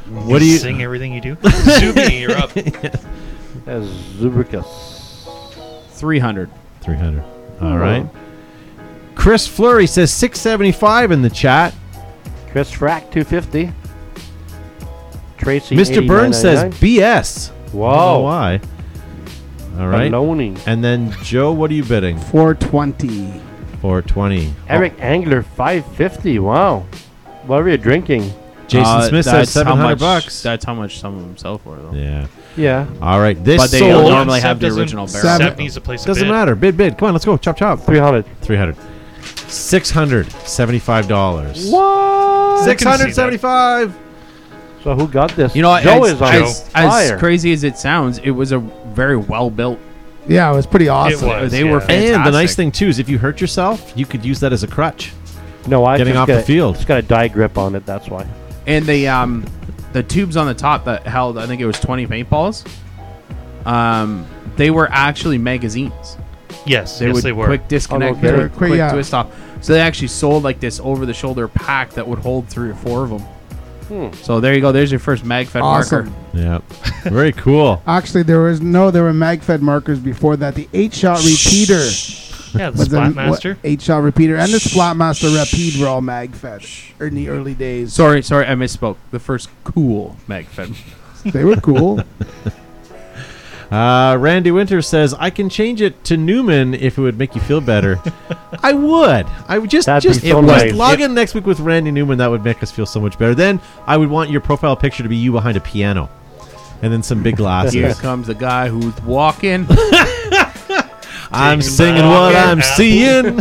Speaker 1: What do you?
Speaker 9: sing everything you do? Zubi, you're up.
Speaker 5: As Zubricus.
Speaker 3: 300.
Speaker 1: Three hundred. All right. Chris Flurry says six seventy five in the chat.
Speaker 5: Chris Frack 250. Tracy.
Speaker 1: Mr. Burns says
Speaker 5: 89.99.
Speaker 1: BS. I don't know
Speaker 5: Whoa.
Speaker 1: why? All right.
Speaker 5: Baloney.
Speaker 1: And then Joe, what are you bidding?
Speaker 4: 420.
Speaker 1: Four twenty.
Speaker 5: Eric Angler 550. Wow. What were you drinking?
Speaker 1: Jason
Speaker 3: Uh,
Speaker 1: Smith says
Speaker 3: that's how
Speaker 1: seven hundred
Speaker 3: much-
Speaker 1: bucks.
Speaker 3: That's how much some of them sell for, though.
Speaker 1: Yeah.
Speaker 5: Yeah.
Speaker 1: All right. This
Speaker 3: But they
Speaker 1: sold-
Speaker 3: don't normally
Speaker 9: Seb
Speaker 3: have the
Speaker 9: doesn't-
Speaker 3: original barrel.
Speaker 4: Seven.
Speaker 9: Seb needs to place a
Speaker 1: doesn't
Speaker 9: bid.
Speaker 1: matter. Bid, bid. Come on, let's go. Chop, chop.
Speaker 5: 300.
Speaker 1: 300 $675.
Speaker 5: What?
Speaker 9: I can see that.
Speaker 1: 675
Speaker 5: So who got this?
Speaker 3: You know,
Speaker 5: Joe
Speaker 3: as,
Speaker 5: is on
Speaker 3: as, as
Speaker 5: fire.
Speaker 3: crazy as it sounds, it was a very well built.
Speaker 4: Yeah, it was pretty
Speaker 9: It
Speaker 4: awesome.
Speaker 9: was.
Speaker 3: They were
Speaker 9: yeah.
Speaker 3: fa-
Speaker 1: And the
Speaker 3: Fantastic.
Speaker 1: nice thing, too, is if you hurt yourself, you could use that as a crutch.
Speaker 5: no, I
Speaker 1: getting
Speaker 5: just
Speaker 1: off
Speaker 5: got
Speaker 1: the field.
Speaker 5: It's got a die grip on it. That's why.
Speaker 3: And the um, the tubes on the top that held, I think it was 20 paintballs. Um, they were actually magazines.
Speaker 9: Yes,
Speaker 3: They
Speaker 9: yes,
Speaker 3: would
Speaker 9: they were.
Speaker 3: quick disconnect,
Speaker 5: Oh,
Speaker 3: they
Speaker 5: okay.
Speaker 3: would
Speaker 4: Quick,
Speaker 3: quick
Speaker 4: yeah.
Speaker 3: twist off. So they actually sold like this over the shoulder pack that would hold three or four of them.
Speaker 9: Hmm.
Speaker 3: So there you go. There's your first MagFed
Speaker 4: Awesome.
Speaker 3: marker.
Speaker 1: Yeah. Very cool.
Speaker 4: Actually, there was no, there were MagFed markers before that. The eight shot repeater
Speaker 9: yeah, the
Speaker 4: was a
Speaker 9: Splatmaster.
Speaker 4: eight shot repeater, and the Splatmaster Rapide were all MagFed or in the early days.
Speaker 3: Sorry, sorry, I misspoke. The first cool MagFed.
Speaker 4: they were cool.
Speaker 1: Uh, Randy Winter says, I can change it to Newman if it would make you feel better. I would. I would just,
Speaker 5: That'd be
Speaker 1: just,
Speaker 5: so
Speaker 1: just
Speaker 5: nice.
Speaker 1: log in next week with Randy Newman. That would make us feel so much better. Then I would want your profile picture to be you behind a piano and then some big
Speaker 3: Here
Speaker 1: glasses.
Speaker 3: comes the guy who's walking.
Speaker 1: I'm
Speaker 9: Taking
Speaker 1: singing
Speaker 9: my
Speaker 1: what
Speaker 9: apple.
Speaker 1: I'm seeing.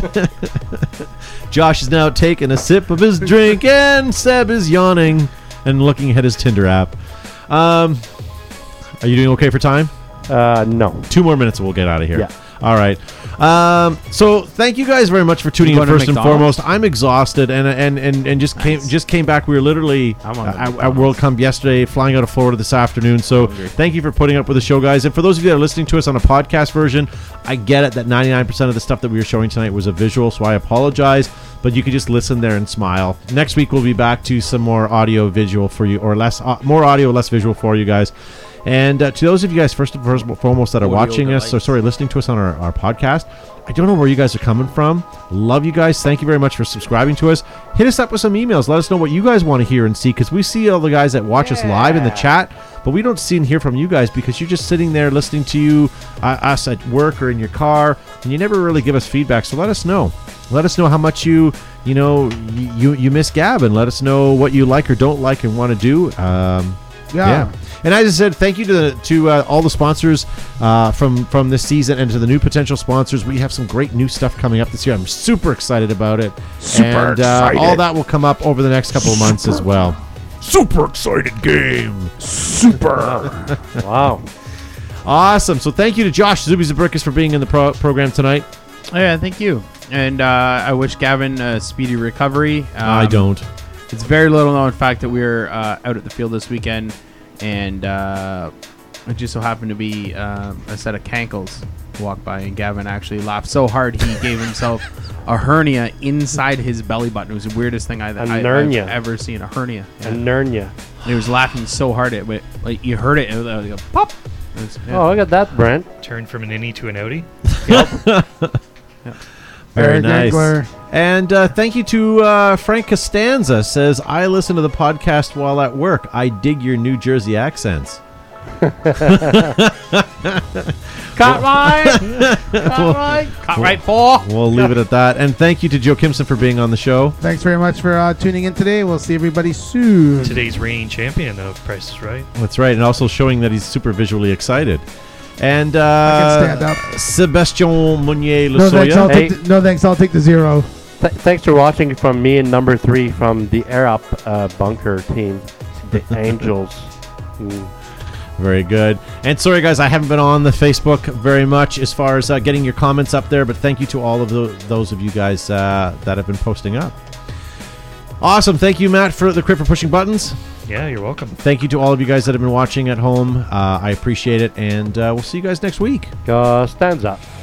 Speaker 1: Josh is now taking a sip of his drink, and Seb is yawning and looking at his Tinder app. Um, are you doing okay for time?
Speaker 5: Uh, no.
Speaker 1: Two more minutes, and we'll get out of here.
Speaker 5: Yeah.
Speaker 1: All right. Um, so thank you guys very much for tuning
Speaker 3: You
Speaker 1: in.
Speaker 3: going to
Speaker 1: First and
Speaker 3: McDonald's?
Speaker 1: foremost, I'm exhausted, and and and, and just came just came back. We were literally
Speaker 3: I'm on
Speaker 1: uh,
Speaker 3: the
Speaker 1: at, at World Cup yesterday, flying out of Florida this afternoon. So thank you for putting up with the show, guys. And for those of you that are listening to us on a podcast version, I get it that 99% of the stuff that we were showing tonight was a visual, so I apologize. But you could just listen there and smile. Next week we'll be back to some more audio visual for you, or less uh, more audio, less visual for you guys. And uh, to those of you guys, first and first- foremost, that are
Speaker 3: Audio
Speaker 1: watching us, or
Speaker 3: delights.
Speaker 1: sorry, listening to us on our, our podcast, I don't know where you guys are coming from. Love you guys. Thank you very much for subscribing to us. Hit us up with some emails. Let us know what you guys want to hear and see because we see all the guys that watch us live in the chat, but we don't see and hear from you guys because you're just sitting there listening to you, uh, us at work or in your car, and you never really give us feedback. So let us know. Let us know how much you you know you you miss Gab, and let us know what you like or don't like and want to do. Um,
Speaker 4: Yeah.
Speaker 1: And I just said thank you to the, to uh, all the sponsors uh, from from this season and to the new potential sponsors. We have some great new stuff coming up this year. I'm super excited about it.
Speaker 11: Super
Speaker 1: and, uh,
Speaker 11: excited.
Speaker 1: All that will come up over the next couple of months as well.
Speaker 11: Super excited game. Super.
Speaker 1: wow. Awesome. So thank you to Josh Zuby Zabrikis for being in the pro- program tonight.
Speaker 3: Yeah, thank you. And uh, I wish Gavin a speedy recovery.
Speaker 1: I
Speaker 3: Um,
Speaker 1: don't.
Speaker 3: It's very little known fact that we were uh, out at the field this weekend, and uh, it just so happened to be um a set of cankles walked by, and Gavin actually laughed so hard he gave himself a hernia inside his belly button. It was the weirdest thing I, I, I've
Speaker 5: hernia.
Speaker 3: ever seen. A hernia.
Speaker 5: A hernia.
Speaker 3: And he was laughing so hard at it, like you heard it, it was like a pop. It was- yeah.
Speaker 5: Oh, look at that, Brent.
Speaker 9: Turned from an innie to an outie.
Speaker 1: Very
Speaker 9: Very
Speaker 1: nice.
Speaker 9: Giggler.
Speaker 1: And uh, thank you to uh, Frank Costanza. Says I listen to the podcast while at work. I dig your New Jersey accents.
Speaker 3: Cut right. Cut right. Cut right four.
Speaker 1: We'll leave it at that. And thank you to Joe Kimson for being on the show.
Speaker 4: Thanks very much for uh, tuning in today. We'll see everybody soon.
Speaker 9: Today's reigning champion of Price is Right.
Speaker 1: That's right, and also showing that he's super visually excited. And uh,
Speaker 4: I can stand
Speaker 1: Sebastian Meunier
Speaker 4: No thanks, I'll
Speaker 1: Lesoya.
Speaker 4: take the, no thanks. I'll take the zero.
Speaker 5: Th- thanks for watching from me and number three from the Air Up uh, Bunker team, the Angels. Mm.
Speaker 1: Very good. And sorry, guys, I haven't been on the Facebook very much as far as uh, getting your comments up there, but thank you to all of tho- those of you guys uh, that have been posting up. Awesome. Thank you, Matt, for the crit for pushing buttons.
Speaker 9: Yeah, you're welcome.
Speaker 1: Thank you to all of you guys that have been watching at home. Uh, I appreciate it, and uh, we'll see you guys next week.
Speaker 5: Uh, stands up.